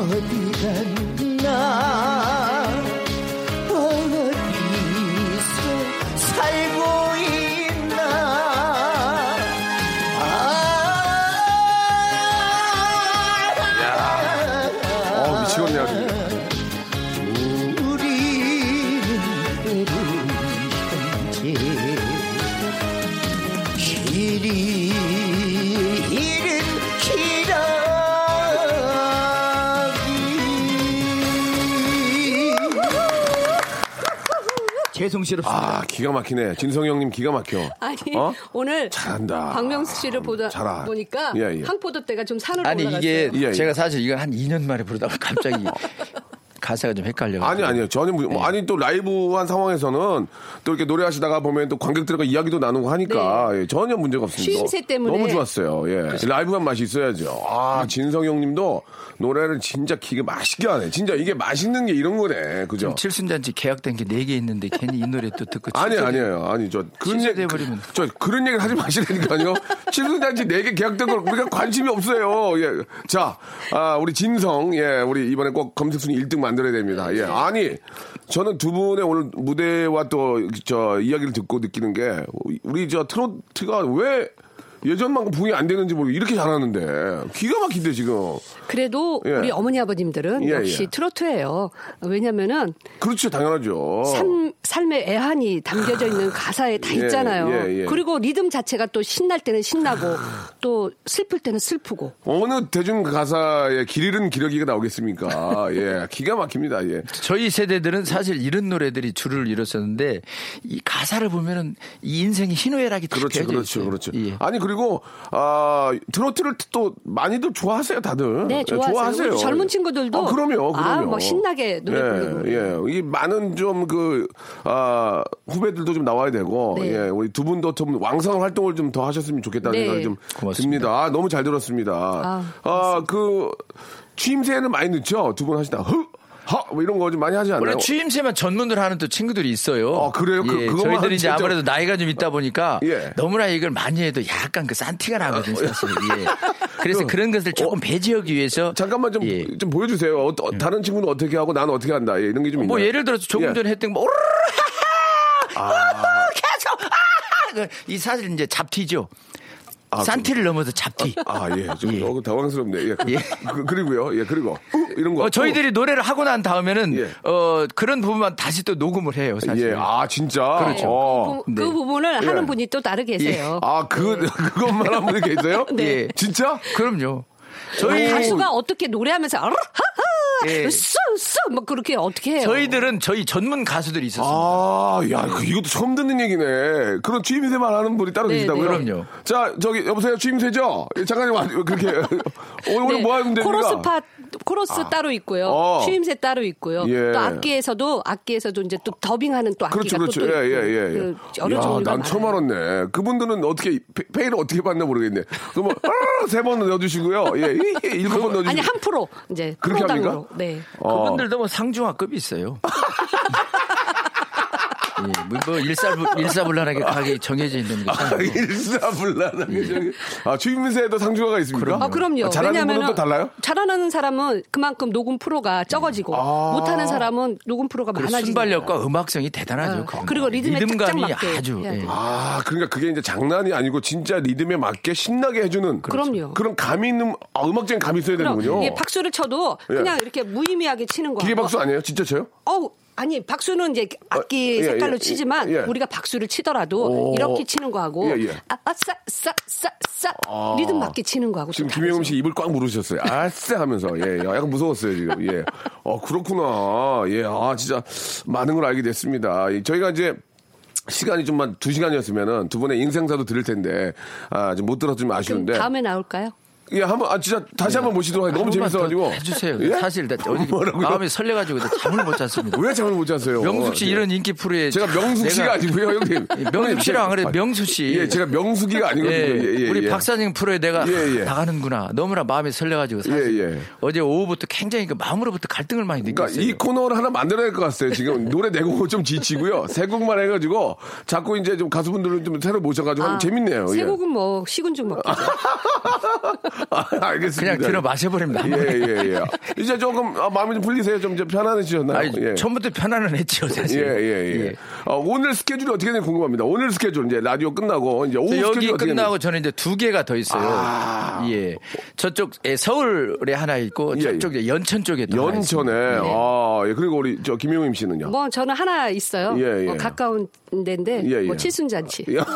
[SPEAKER 3] 어디 갔나 어디서 살고 있나 아
[SPEAKER 1] 어, 미치겠네, 아주.
[SPEAKER 3] 우리 이제 길이 잃은 기러기 죄송스럽습니다
[SPEAKER 1] 아, 기가 막히네. 진성이 형님 기가 막혀.
[SPEAKER 4] 아니
[SPEAKER 1] 어?
[SPEAKER 4] 오늘
[SPEAKER 1] 잘한다. 아,
[SPEAKER 4] 박명수 씨를 보다
[SPEAKER 1] 잘하-
[SPEAKER 4] 보니까
[SPEAKER 1] 예, 예.
[SPEAKER 4] 항포도 때가 좀 산으로
[SPEAKER 3] 아니
[SPEAKER 4] 올라갔어요.
[SPEAKER 3] 이게
[SPEAKER 1] 예, 예.
[SPEAKER 3] 제가 사실 이걸 한 2년 만에 부르다가 갑자기 가사가 좀 헷갈려
[SPEAKER 1] 아니 아니요 전혀 무- 뭐, 아니 또 라이브한 상황에서는 또 이렇게 노래하시다가 보면 또 관객들과 이야기도 나누고 하니까 예, 전혀 문제가 없습니다.
[SPEAKER 4] 쉼새 네. 때문에.
[SPEAKER 1] 너무 좋았어요. 예 라이브한 맛이 있어야죠. 아 진성 형님도 노래를 진짜 기가 맛있게 하네. 진짜 이게 맛있는 게 이런 거네. 그죠?
[SPEAKER 3] 칠순잔치 계약된 게 네 개 있는데 괜히 이 노래 또 듣고
[SPEAKER 1] 아니
[SPEAKER 3] 칠순잔치-
[SPEAKER 1] 아니에요 아니 저 그런 얘기
[SPEAKER 3] 취소돼버리면.
[SPEAKER 1] 저 그런 얘기를 하지 마시라니까요 친수단지 네개 계약된 걸 우리가 관심이 없어요 예자 아, 우리 진성 예 우리 이번에 꼭 검색 순위 1등 만들어야 됩니다
[SPEAKER 3] 네.
[SPEAKER 1] 예 아니 저는 두 분의 오늘 무대와 또 저 이야기를 듣고 느끼는 게 우리 저 트로트가 왜 예전만큼 붕이 안 되는지 모르고 이렇게 잘하는데 기가 막힌데 지금
[SPEAKER 4] 그래도
[SPEAKER 1] 예.
[SPEAKER 4] 우리 어머니 아버님들은
[SPEAKER 1] 예,
[SPEAKER 4] 역시
[SPEAKER 1] 예.
[SPEAKER 4] 트로트예요. 왜냐면은
[SPEAKER 1] 그렇죠 당연하죠
[SPEAKER 4] 삶, 삶의 애환이 담겨져 있는 가사에 다
[SPEAKER 1] 예,
[SPEAKER 4] 있잖아요.
[SPEAKER 1] 예, 예.
[SPEAKER 4] 그리고 리듬 자체가 또 신날 때는 신나고 또 슬플 때는 슬프고.
[SPEAKER 1] 어느 대중 가사에 길 잃은 기러기가 나오겠습니까 예 기가 막힙니다 예
[SPEAKER 3] 저희 세대들은 사실 이런 노래들이 줄을 이뤘었는데 이 가사를 보면은 이 인생의 희노애락이 다
[SPEAKER 1] 그렇죠,
[SPEAKER 3] 껴져
[SPEAKER 1] 그렇죠,
[SPEAKER 3] 있어요.
[SPEAKER 1] 그렇죠.
[SPEAKER 3] 예.
[SPEAKER 1] 아니 그리고 아 트로트를 또 많이들 좋아하세요, 다들.
[SPEAKER 4] 네,
[SPEAKER 1] 예,
[SPEAKER 4] 좋아하세요. 우리 젊은 친구들도
[SPEAKER 1] 어, 그럼요, 그럼요.
[SPEAKER 4] 아, 뭐 신나게 노래 부르고.
[SPEAKER 1] 예, 예. 이 많은 좀 그 아 후배들도 좀 나와야 되고,
[SPEAKER 4] 네.
[SPEAKER 1] 예, 우리 두 분도 좀 왕성 활동을 좀 더 하셨으면 좋겠다는
[SPEAKER 4] 네.
[SPEAKER 1] 생각이 좀
[SPEAKER 3] 고맙습니다.
[SPEAKER 1] 듭니다. 아, 너무 잘 들었습니다.
[SPEAKER 4] 아,
[SPEAKER 1] 그 취임새는 많이 넣죠, 두 분 하시다. 허, 허, 뭐 이런 거 좀 많이 하지 않나요?
[SPEAKER 3] 원래 추임새만 전문으로 하는 또 친구들이 있어요.
[SPEAKER 1] 아, 그래요? 그-
[SPEAKER 3] 예,
[SPEAKER 1] 그것만
[SPEAKER 3] 저희들이 이제
[SPEAKER 1] 진짜-
[SPEAKER 3] 아무래도 나이가 좀 있다 보니까
[SPEAKER 1] 예. 아, 어,
[SPEAKER 3] 너무나 이걸 많이 해도 약간 그 싼티가 나거든요, 사실. 예. 그래서 그런 것을 조금 배제하기 위해서
[SPEAKER 1] 잠깐만 좀 좀
[SPEAKER 3] 예.
[SPEAKER 1] 보여주세요. 어, 어, 다른 친구는 어떻게 하고 나는 어떻게 한다. 예, 이런 게 좀 있나요?
[SPEAKER 3] 뭐 예를 들어서 조금
[SPEAKER 1] 예. 아.
[SPEAKER 3] 전에 했던 거, 뭐 오르르, 하하, 계속, 아하! 그 이 사실 이제 잡티죠.
[SPEAKER 1] 그
[SPEAKER 3] 산티를 넘어서 잡티.
[SPEAKER 1] 아, 예. 좀
[SPEAKER 3] 예.
[SPEAKER 1] 너무 당황스럽네. 예. 그,
[SPEAKER 3] 예.
[SPEAKER 1] 리고요 예, 그리고. 우! 이런 거.
[SPEAKER 3] 어, 저희들이 노래를 하고 난 다음에는
[SPEAKER 1] 예.
[SPEAKER 3] 어, 그런 부분만 다시 또 녹음을 해요.
[SPEAKER 1] 우!
[SPEAKER 3] 사실.
[SPEAKER 1] 예. 아, 진짜.
[SPEAKER 3] 그렇죠.
[SPEAKER 4] 네,
[SPEAKER 1] 어.
[SPEAKER 4] 그, 부- 그
[SPEAKER 3] 네.
[SPEAKER 4] 부분을
[SPEAKER 1] 예.
[SPEAKER 4] 하는 분이 또 다르게 계세요. 네.
[SPEAKER 1] 아, 그 그것만 한 분이 계세요? 예.
[SPEAKER 3] 네.
[SPEAKER 1] 진짜?
[SPEAKER 3] 그럼요.
[SPEAKER 4] 아,
[SPEAKER 3] 저희
[SPEAKER 4] 가수가 어떻게 노래하면서 아르, 하하
[SPEAKER 3] 예.
[SPEAKER 4] 쏘쏘뭐 그렇게 어떻게 해요?
[SPEAKER 3] 저희들은 저희 전문 가수들이 있었습니다.
[SPEAKER 1] 아, 야, 그- 이것도 처음 듣는 얘기네. 그런 주임새 말하는 분이 따로
[SPEAKER 4] 네,
[SPEAKER 1] 계시다고요?
[SPEAKER 4] 네.
[SPEAKER 3] 그럼요.
[SPEAKER 1] 자, 저기 여보세요, 주임새죠? 예, 잠깐 와, 그렇게 오늘,
[SPEAKER 4] 네,
[SPEAKER 1] 오늘 뭐 하는데? 아.
[SPEAKER 4] 코러스 파 코러스 따로 있고요.
[SPEAKER 1] 어.
[SPEAKER 4] 취임새 따로 있고요.
[SPEAKER 1] 예.
[SPEAKER 4] 또 악기에서도 악기에서도 이제 또 더빙하는 또 악기가
[SPEAKER 1] 그렇죠, 그렇죠.
[SPEAKER 4] 또, 또
[SPEAKER 1] 예, 예, 예. 예.
[SPEAKER 4] 그 여러
[SPEAKER 1] 야,
[SPEAKER 4] 종류가
[SPEAKER 1] 난 처음
[SPEAKER 4] 많아요.
[SPEAKER 1] 알았네. 그분들은 어떻게 페- 페이를 어떻게 받나 모르겠네. 그러면 세번 넣어주시고요. 예, 예, 일곱 번 넣어주시고.
[SPEAKER 4] 아니 한 프로 이제
[SPEAKER 1] 그렇게 합니까?
[SPEAKER 4] 프로당으로 네.
[SPEAKER 1] 어.
[SPEAKER 3] 그분들도 뭐 상중하급이 있어요. 예, 뭐- 뭐 일사불, 일사불란하게 정해져 있는 게
[SPEAKER 1] 아,
[SPEAKER 3] 참.
[SPEAKER 1] 일사불란하게 저기. 아, 주임새에도 상주화가 있습니까?
[SPEAKER 4] 아, 예. 그럼요.
[SPEAKER 1] 아, 잘하는
[SPEAKER 4] 왜냐하면은
[SPEAKER 1] 분은 또 달라요?
[SPEAKER 4] 잘하는 사람은 그만큼 녹음 프로가 적어지고
[SPEAKER 1] 아.
[SPEAKER 4] 못하는 사람은 녹음 프로가
[SPEAKER 3] 그리고
[SPEAKER 4] 많아지고
[SPEAKER 3] 순발력과 음악성이 대단하죠. 그분들.
[SPEAKER 4] 아, 그리고 리듬에
[SPEAKER 3] 리듬감이
[SPEAKER 4] 짝짝 맞게.
[SPEAKER 3] 아주.
[SPEAKER 4] 예.
[SPEAKER 3] 예.
[SPEAKER 1] 아, 그러니까 그게 이제 장난이 아니고 진짜 리듬에 맞게 신나게 해주는
[SPEAKER 4] 그렇죠. 그럼요.
[SPEAKER 1] 그런 감이 있는 아, 음악적인 감이 있어야 되는군요.
[SPEAKER 4] 그럼 이게 박수를 쳐도 그냥 이렇게 무의미하게 치는 거예요.
[SPEAKER 1] 기계 박수 아니에요? 진짜 쳐요?
[SPEAKER 4] 어우 아니 박수는 이제
[SPEAKER 1] 어,
[SPEAKER 4] 악기
[SPEAKER 1] 예,
[SPEAKER 4] 색깔로
[SPEAKER 1] 예,
[SPEAKER 4] 치지만
[SPEAKER 1] 예.
[SPEAKER 4] 우리가 박수를 치더라도
[SPEAKER 1] 오.
[SPEAKER 4] 이렇게 치는 거하고 아,
[SPEAKER 1] 예, 예.
[SPEAKER 4] 아싸싸싸싸 리듬 맞게 치는 거하고
[SPEAKER 1] 지금
[SPEAKER 4] 좀
[SPEAKER 1] 김영음
[SPEAKER 4] 다르죠.
[SPEAKER 1] 씨 입을 꽉 물으셨어요. 아싸 하면서. 예, 예. 약간 무서웠어요, 지금. 예. 어, 그렇구나. 예, 아, 진짜 많은 걸 알게 됐습니다. 이, 저희가 이제 시간이 좀만 두 시간이었으면은 두 분의 인생사도 들을 텐데, 아, 좀못 들었으면
[SPEAKER 4] 그럼
[SPEAKER 1] 아쉬운데.
[SPEAKER 4] 다음에 나올까요?
[SPEAKER 1] 예, 한 번, 아, 진짜 다시 한번 모시도록 하겠습니다. 너무
[SPEAKER 3] 예. 한 번만 더
[SPEAKER 1] 재밌어가지고.
[SPEAKER 3] 해주세요.
[SPEAKER 1] 예?
[SPEAKER 3] 사실 나 어디
[SPEAKER 1] 뭐라고요?
[SPEAKER 3] 마음이 설레가지고 나 잠을 못 잤습니다.
[SPEAKER 1] 왜 잠을 못 자세요?
[SPEAKER 3] 명숙 씨
[SPEAKER 1] 예.
[SPEAKER 3] 이런 인기 프로에
[SPEAKER 1] 제가
[SPEAKER 3] 참
[SPEAKER 1] 명숙
[SPEAKER 3] 내가-
[SPEAKER 1] 씨가
[SPEAKER 3] 예,
[SPEAKER 1] 아니고요, 형님.
[SPEAKER 3] 명숙 씨랑 안 그래 명숙 씨.
[SPEAKER 1] 예, 제가 명숙이가 아니거든요.
[SPEAKER 3] 예,
[SPEAKER 1] 예, 예,
[SPEAKER 3] 우리
[SPEAKER 1] 예.
[SPEAKER 3] 박사님 프로에 내가
[SPEAKER 1] 예, 예.
[SPEAKER 3] 나가는구나. 너무나 마음이 설레가지고 사실
[SPEAKER 1] 예, 예.
[SPEAKER 3] 어제 오후부터 굉장히 그 마음으로부터 갈등을 많이
[SPEAKER 1] 그러니까
[SPEAKER 3] 느꼈어요.
[SPEAKER 1] 이 코너를 하나 만들어낼 것 같아요. 지금 노래 내고 좀 지치고요. 세 곡만 해가지고 자꾸 이제 좀 가수분들을 좀 새로 모셔가지고 하면 재밌네요.
[SPEAKER 4] 아, 세
[SPEAKER 1] 예.
[SPEAKER 4] 곡은 뭐 식은 죽 먹기.
[SPEAKER 1] 아, 알겠습니다.
[SPEAKER 3] 그냥 들어 마셔버립니다.
[SPEAKER 1] 예, 예, 예. 이제 조금 아, 마음이 좀 풀리세요. 좀 이제 편안해지셨나요?
[SPEAKER 3] 아니,
[SPEAKER 1] 예.
[SPEAKER 3] 처음부터 편안은 했죠
[SPEAKER 1] 예,
[SPEAKER 3] 사실.
[SPEAKER 1] 예, 예. 어, 오늘 스케줄이 어떻게 되는지 궁금합니다. 오늘 스케줄, 이제 라디오 끝나고, 이제 오후
[SPEAKER 3] 그래서
[SPEAKER 1] 스케줄이
[SPEAKER 3] 여기
[SPEAKER 1] 어떻게 되는지.
[SPEAKER 3] 끝나고 저는 이제 두 개가 더 있어요. 예. 저쪽 예, 서울에 하나 있고
[SPEAKER 1] 예, 예.
[SPEAKER 3] 저쪽에 연천 쪽에 또 하나 있습니다.
[SPEAKER 1] 연천에,
[SPEAKER 3] 네.
[SPEAKER 1] 아, 예. 그리고 우리 저 김용임 씨는요?
[SPEAKER 4] 뭐 저는 하나 있어요.
[SPEAKER 1] 예, 예.
[SPEAKER 4] 뭐 가까운 데인데
[SPEAKER 1] 예, 예.
[SPEAKER 4] 뭐 칠순잔치.
[SPEAKER 1] 야.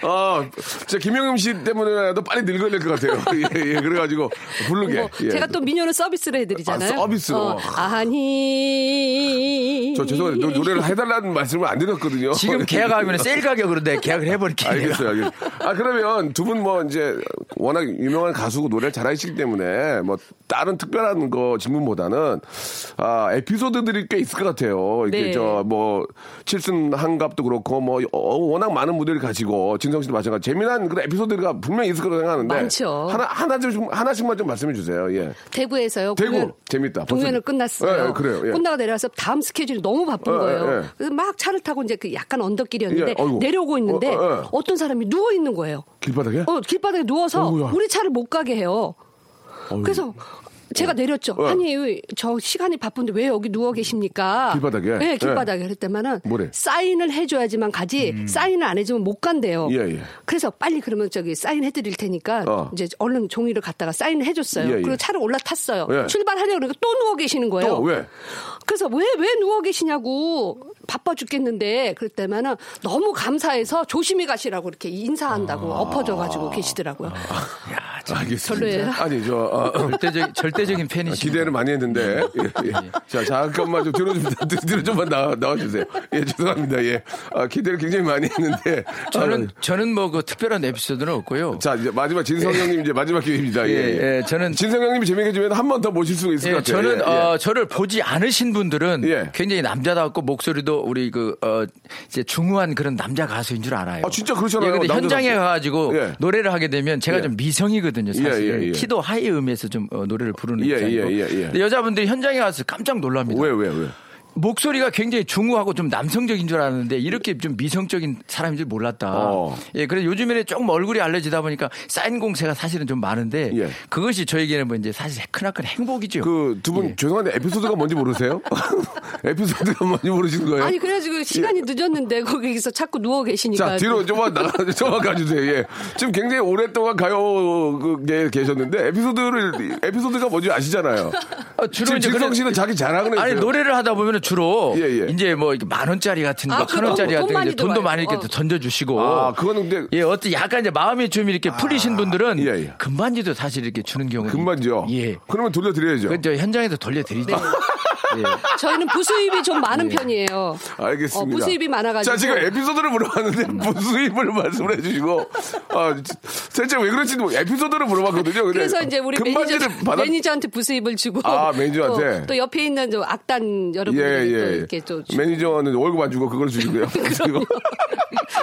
[SPEAKER 1] 아, 진짜 김영임 씨 때문에라도 빨리 늙어야 될 것 같아요. 예, 예, 그래가지고 부르게.
[SPEAKER 4] 뭐
[SPEAKER 1] 예.
[SPEAKER 4] 제가 또 민요는 서비스로 해드리잖아요. 어,
[SPEAKER 1] 아, 서비스로.
[SPEAKER 4] 아니.
[SPEAKER 1] 저 죄송한데 노- 노래를 해달라는 말씀을 안 드렸거든요. 네.
[SPEAKER 3] 지금 계약하면 셀 가격으로 내 계약을 해버릴게요.
[SPEAKER 1] 예. 알겠어요, 알겠어요. 아, 그러면 두 분 뭐 이제 워낙 유명한 가수고 노래를 잘하시기 때문에 뭐 다른 특별한 거 질문보다는 아, 에피소드들이 꽤 있을 것 같아요. 이렇게
[SPEAKER 4] 네.
[SPEAKER 1] 저 뭐 칠순 한갑도 그렇고 뭐 어, 워낙 많은 무대를 가지고 진성 씨도 마찬가지 재미난 그런 에피소드가 분명히 있을 거라고 생각하는데
[SPEAKER 4] 많죠.
[SPEAKER 1] 하나 하나 좀 하나씩만 좀 말씀해 주세요. 예.
[SPEAKER 4] 대구에서요.
[SPEAKER 1] 대구.
[SPEAKER 4] 공연-
[SPEAKER 1] 재밌다. 벌써-
[SPEAKER 4] 공연을 끝났어요.
[SPEAKER 1] 예, 예, 그래요. 예.
[SPEAKER 4] 끝나고 내려와서 다음 스케줄이 너무 바쁜
[SPEAKER 1] 예, 예,
[SPEAKER 4] 거예요.
[SPEAKER 1] 예.
[SPEAKER 4] 그래서 막 차를 타고 이제 그 약간 언덕길이었는데
[SPEAKER 1] 예, 아이고.
[SPEAKER 4] 내려오고 있는데
[SPEAKER 1] 어, 어, 예.
[SPEAKER 4] 떤 사람이 누워 있는 거예요.
[SPEAKER 1] 길바닥에?
[SPEAKER 4] 어, 길바닥에 누워서
[SPEAKER 1] 어이구야.
[SPEAKER 4] 우리 차를 못 가게 해요. 그래서 제가 내렸죠.
[SPEAKER 1] 예.
[SPEAKER 4] 아니 왜- 저 시간이 바쁜데 왜 여기 누워 계십니까?
[SPEAKER 1] 길바닥에?
[SPEAKER 4] 네, 길바닥에. 그랬더만은
[SPEAKER 1] 예. 뭐래? 음.
[SPEAKER 4] 사인을 해줘야지만 가지. 사인을 안 해주면 못 간대요.
[SPEAKER 1] 예, 예.
[SPEAKER 4] 그래서 빨리 그러면 저기 사인 해드릴 테니까
[SPEAKER 1] 어.
[SPEAKER 4] 이제 얼른 종이를 갖다가 사인을 해줬어요.
[SPEAKER 1] 예, 예.
[SPEAKER 4] 그리고 차를 올라탔어요.
[SPEAKER 1] 예.
[SPEAKER 4] 출발하려고 그러니까 또 누워 계시는 거예요.
[SPEAKER 1] 또 어, 왜?
[SPEAKER 4] 그래서 왜, 왜 누워 계시냐고 바빠 죽겠는데 그럴 때면은 너무 감사해서 조심히 가시라고 이렇게 인사한다고
[SPEAKER 1] 아.
[SPEAKER 4] 엎어져 가지고 계시더라고요.
[SPEAKER 3] 야, 참
[SPEAKER 1] 알겠습니다.
[SPEAKER 4] 별로예요?
[SPEAKER 1] 아니 저 어,
[SPEAKER 3] 절대적, 절대적인 팬이십니다.
[SPEAKER 1] 아, 기대를 많이 했는데. 예, 예. 자, 잠깐만 좀 뒤로 좀, 뒤로 좀만 나와, 나와주세요. 예, 죄송합니다. 예. 아, 기대를 굉장히 많이 했는데.
[SPEAKER 3] 저는
[SPEAKER 1] 아,
[SPEAKER 3] 저는 뭐 그 특별한 에피소드는 없고요.
[SPEAKER 1] 자, 이제 마지막 진성 형님 이제 마지막 기회입니다. 예.
[SPEAKER 3] 예, 예, 저는-
[SPEAKER 1] 진성 형님이 재미있게 주면 한 번 더 모실 수가 있을
[SPEAKER 3] 예,
[SPEAKER 1] 것 같아요.
[SPEAKER 3] 저는
[SPEAKER 1] 예, 예.
[SPEAKER 3] 어, 저를 보지 않으신 분들은
[SPEAKER 1] 예.
[SPEAKER 3] 굉장히 남자답고 목소리도 우리 그 어, 이제 중후한 그런 남자 가수인 줄 알아요.
[SPEAKER 1] 아, 진짜 그렇잖아요.
[SPEAKER 3] 예, 근데
[SPEAKER 1] 남자
[SPEAKER 3] 현장에
[SPEAKER 1] 가수.
[SPEAKER 3] 가가지고
[SPEAKER 1] 예.
[SPEAKER 3] 노래를 하게 되면 제가
[SPEAKER 1] 예.
[SPEAKER 3] 좀 미성이거든요. 사실
[SPEAKER 1] 예, 예, 예.
[SPEAKER 3] 키도 하이 음에서 좀 어, 노래를 부르는
[SPEAKER 1] 예,
[SPEAKER 3] 입장이고.
[SPEAKER 1] 예, 예, 예.
[SPEAKER 3] 근데 여자분들이 현장에 가서 깜짝 놀랍니다.
[SPEAKER 1] 왜, 왜, 왜?
[SPEAKER 3] 목소리가 굉장히 중후하고 좀 남성적인 줄 알았는데 이렇게 좀 미성적인 사람인 줄 몰랐다.
[SPEAKER 1] 어.
[SPEAKER 3] 예, 그래서 요즘에는 조금 얼굴이 알려지다 보니까 쌓인 공세가 사실은 좀 많은데
[SPEAKER 1] 예.
[SPEAKER 3] 그것이 저에게는 뭐 이제 사실 크나큰 행복이죠.
[SPEAKER 1] 그 두 분 죄송한데 에피소드가 뭔지 모르세요? 에피소드가 뭔지 모르시는 거예요?
[SPEAKER 4] 아니 그래가지고 시간이 늦었는데 거기서 자꾸 누워 계시니까
[SPEAKER 1] 자, 뒤로 좀만 나가, 좀만 가주세요. 예. 지금 굉장히 오랫동안 가요에 계셨는데, 에피소드를, 에피소드가 뭔지 아시잖아요.
[SPEAKER 6] 아, 주로
[SPEAKER 1] 지금
[SPEAKER 6] 이제
[SPEAKER 1] 진성
[SPEAKER 6] 그런-
[SPEAKER 1] 씨는 자기 자랑을 해주세요.
[SPEAKER 6] 아니 노래를 하다 보면 주로
[SPEAKER 1] 예, 예.
[SPEAKER 6] 이제 뭐만 원짜리 같은
[SPEAKER 4] 아,
[SPEAKER 6] 거, 천
[SPEAKER 4] 그럼
[SPEAKER 6] 원짜리
[SPEAKER 4] 돈
[SPEAKER 6] 같은 거
[SPEAKER 4] 많이
[SPEAKER 6] 이제 돈도
[SPEAKER 4] 들어와요.
[SPEAKER 6] 많이 이렇게
[SPEAKER 4] 어.
[SPEAKER 6] 던져주시고.
[SPEAKER 1] 아, 그거는 근데- 아,
[SPEAKER 6] 예, 어떤 약간 이제 마음이 좀 이렇게 풀리신 분들은
[SPEAKER 1] 예, 예.
[SPEAKER 6] 금반지도 사실 이렇게 주는 경우.
[SPEAKER 1] 금반지요. 네.
[SPEAKER 6] 예.
[SPEAKER 1] 그러면 돌려드려야죠.
[SPEAKER 6] 그저 현장에서 돌려드리죠.
[SPEAKER 4] 저희는 부수입이 좀
[SPEAKER 1] 예.
[SPEAKER 4] 많은 편이에요.
[SPEAKER 1] 알겠습니다.
[SPEAKER 4] 어, 부수입이 많아가지고.
[SPEAKER 1] 자, 지금 에피소드를 물어봤는데 부수입을 말씀을 해주시고, 아, 살짝 왜 그런지 뭐 에피소드를 물어봤거든요. 근데
[SPEAKER 4] 그래서 이제 우리
[SPEAKER 1] 금반지를
[SPEAKER 4] 매니저,
[SPEAKER 1] 받아-
[SPEAKER 4] 매니저한테 부수입을 주고
[SPEAKER 1] 아, 매니저한테?
[SPEAKER 4] 또, 또 옆에 있는 저 악단
[SPEAKER 1] 예,
[SPEAKER 4] 여러분들 또
[SPEAKER 1] 예.
[SPEAKER 4] 이렇게 또 주-
[SPEAKER 1] 매니저는 월급 안 주고 그걸 주시고요. 그리고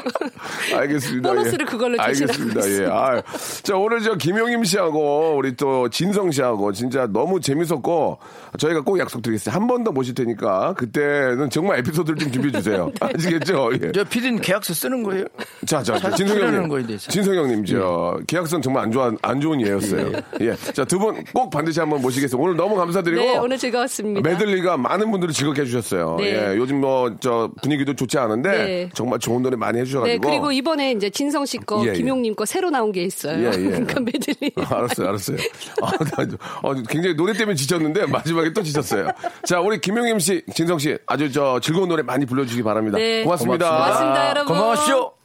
[SPEAKER 1] 알겠습니다. 예.
[SPEAKER 4] 보너스를 그걸로 주시라고
[SPEAKER 1] 알겠습니다. 예.
[SPEAKER 4] 했습니다.
[SPEAKER 1] 아, 자, 오늘 저 김용임 씨하고 우리 또 진성 씨하고 진짜 너무 재밌었고 저희가 꼭 약속드리겠습니다. 한 번 더 모실 테니까 그때는 정말 에피소드를 좀 준비해 주세요.
[SPEAKER 4] 네.
[SPEAKER 1] 아시겠죠? 예.
[SPEAKER 6] 저 피디는 계약서 쓰는 거예요?
[SPEAKER 1] 자, 자, 자,
[SPEAKER 6] 사실
[SPEAKER 1] 진성
[SPEAKER 6] 출연하는 거에
[SPEAKER 1] 형님.
[SPEAKER 6] 대해서. 예.
[SPEAKER 1] 진성 형님, 저 계약서는 정말 안 좋아 안 좋은 예였어요. 예. 자, 두 분 꼭 반드시 한번 모시겠습니다. 오늘 너무 감사드리고
[SPEAKER 4] 네 오늘 즐거웠습니다.
[SPEAKER 1] 메들리가 많은 분들을 즐겁게 해주셨어요.
[SPEAKER 4] 네.
[SPEAKER 1] 예, 요즘 뭐 저 분위기도 좋지 않은데
[SPEAKER 4] 네.
[SPEAKER 1] 정말 좋은 노래 많이
[SPEAKER 4] 네
[SPEAKER 1] 해주셔가지고.
[SPEAKER 4] 그리고 이번에 이제 진성 씨 거,
[SPEAKER 1] 예, 예.
[SPEAKER 4] 김용님 거 새로 나온 게 있어요.
[SPEAKER 1] 예, 예.
[SPEAKER 4] 그러니까 메들리.
[SPEAKER 1] 알았어요, 알았어요. 아, 나 좀- 어, 굉장히 노래 때문에 지쳤는데 마지막에 또 지쳤어요. 자, 우리 김용임 씨, 진성 씨, 아주 저 즐거운 노래 많이 불러주시기 바랍니다.
[SPEAKER 4] 네.
[SPEAKER 1] 고맙습니다.
[SPEAKER 4] 고맙습니다, 여러분.
[SPEAKER 6] 고마워시오.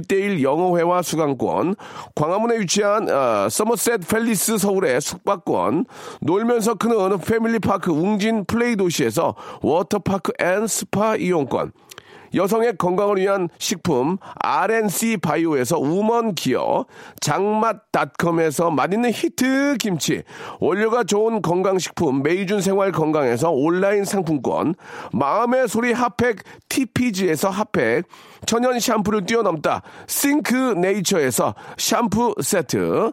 [SPEAKER 1] 1대1 영어회화 수강권, 광화문에 위치한 어, 서머셋 팰리스 서울의 숙박권, 놀면서 크는 패밀리파크 웅진 플레이 도시에서 워터파크 앤 스파 이용권, 여성의 건강을 위한 식품 RNC 바이오에서 우먼 기어 장맛닷컴에서 맛있는 히트 김치 원료가 좋은 건강식품 메이준 생활 건강에서 온라인 상품권 마음의 소리 핫팩 TPG에서 핫팩 천연 샴푸를 뛰어넘다 싱크 네이처에서 샴푸 세트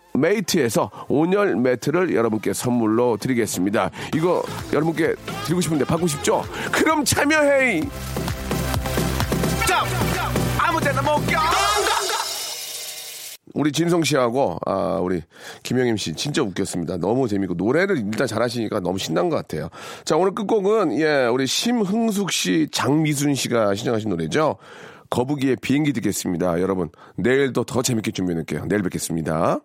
[SPEAKER 1] 메이트에서 온열 매트를 여러분께 선물로 드리겠습니다. 이거 여러분께 드리고 싶은데 받고 싶죠? 그럼 참여해! 아무데나 못 껴! 우리 진성 씨하고 아, 우리 김영임 씨 진짜 웃겼습니다. 너무 재밌고 노래를 일단 잘하시니까 너무 신난 것 같아요. 자 오늘 끝곡은 예 우리 심흥숙 씨, 장미순 씨가 신청하신 노래죠. 거북이의 비행기 듣겠습니다. 여러분 내일도 더 재밌게 준비해놓을게요. 내일 뵙겠습니다.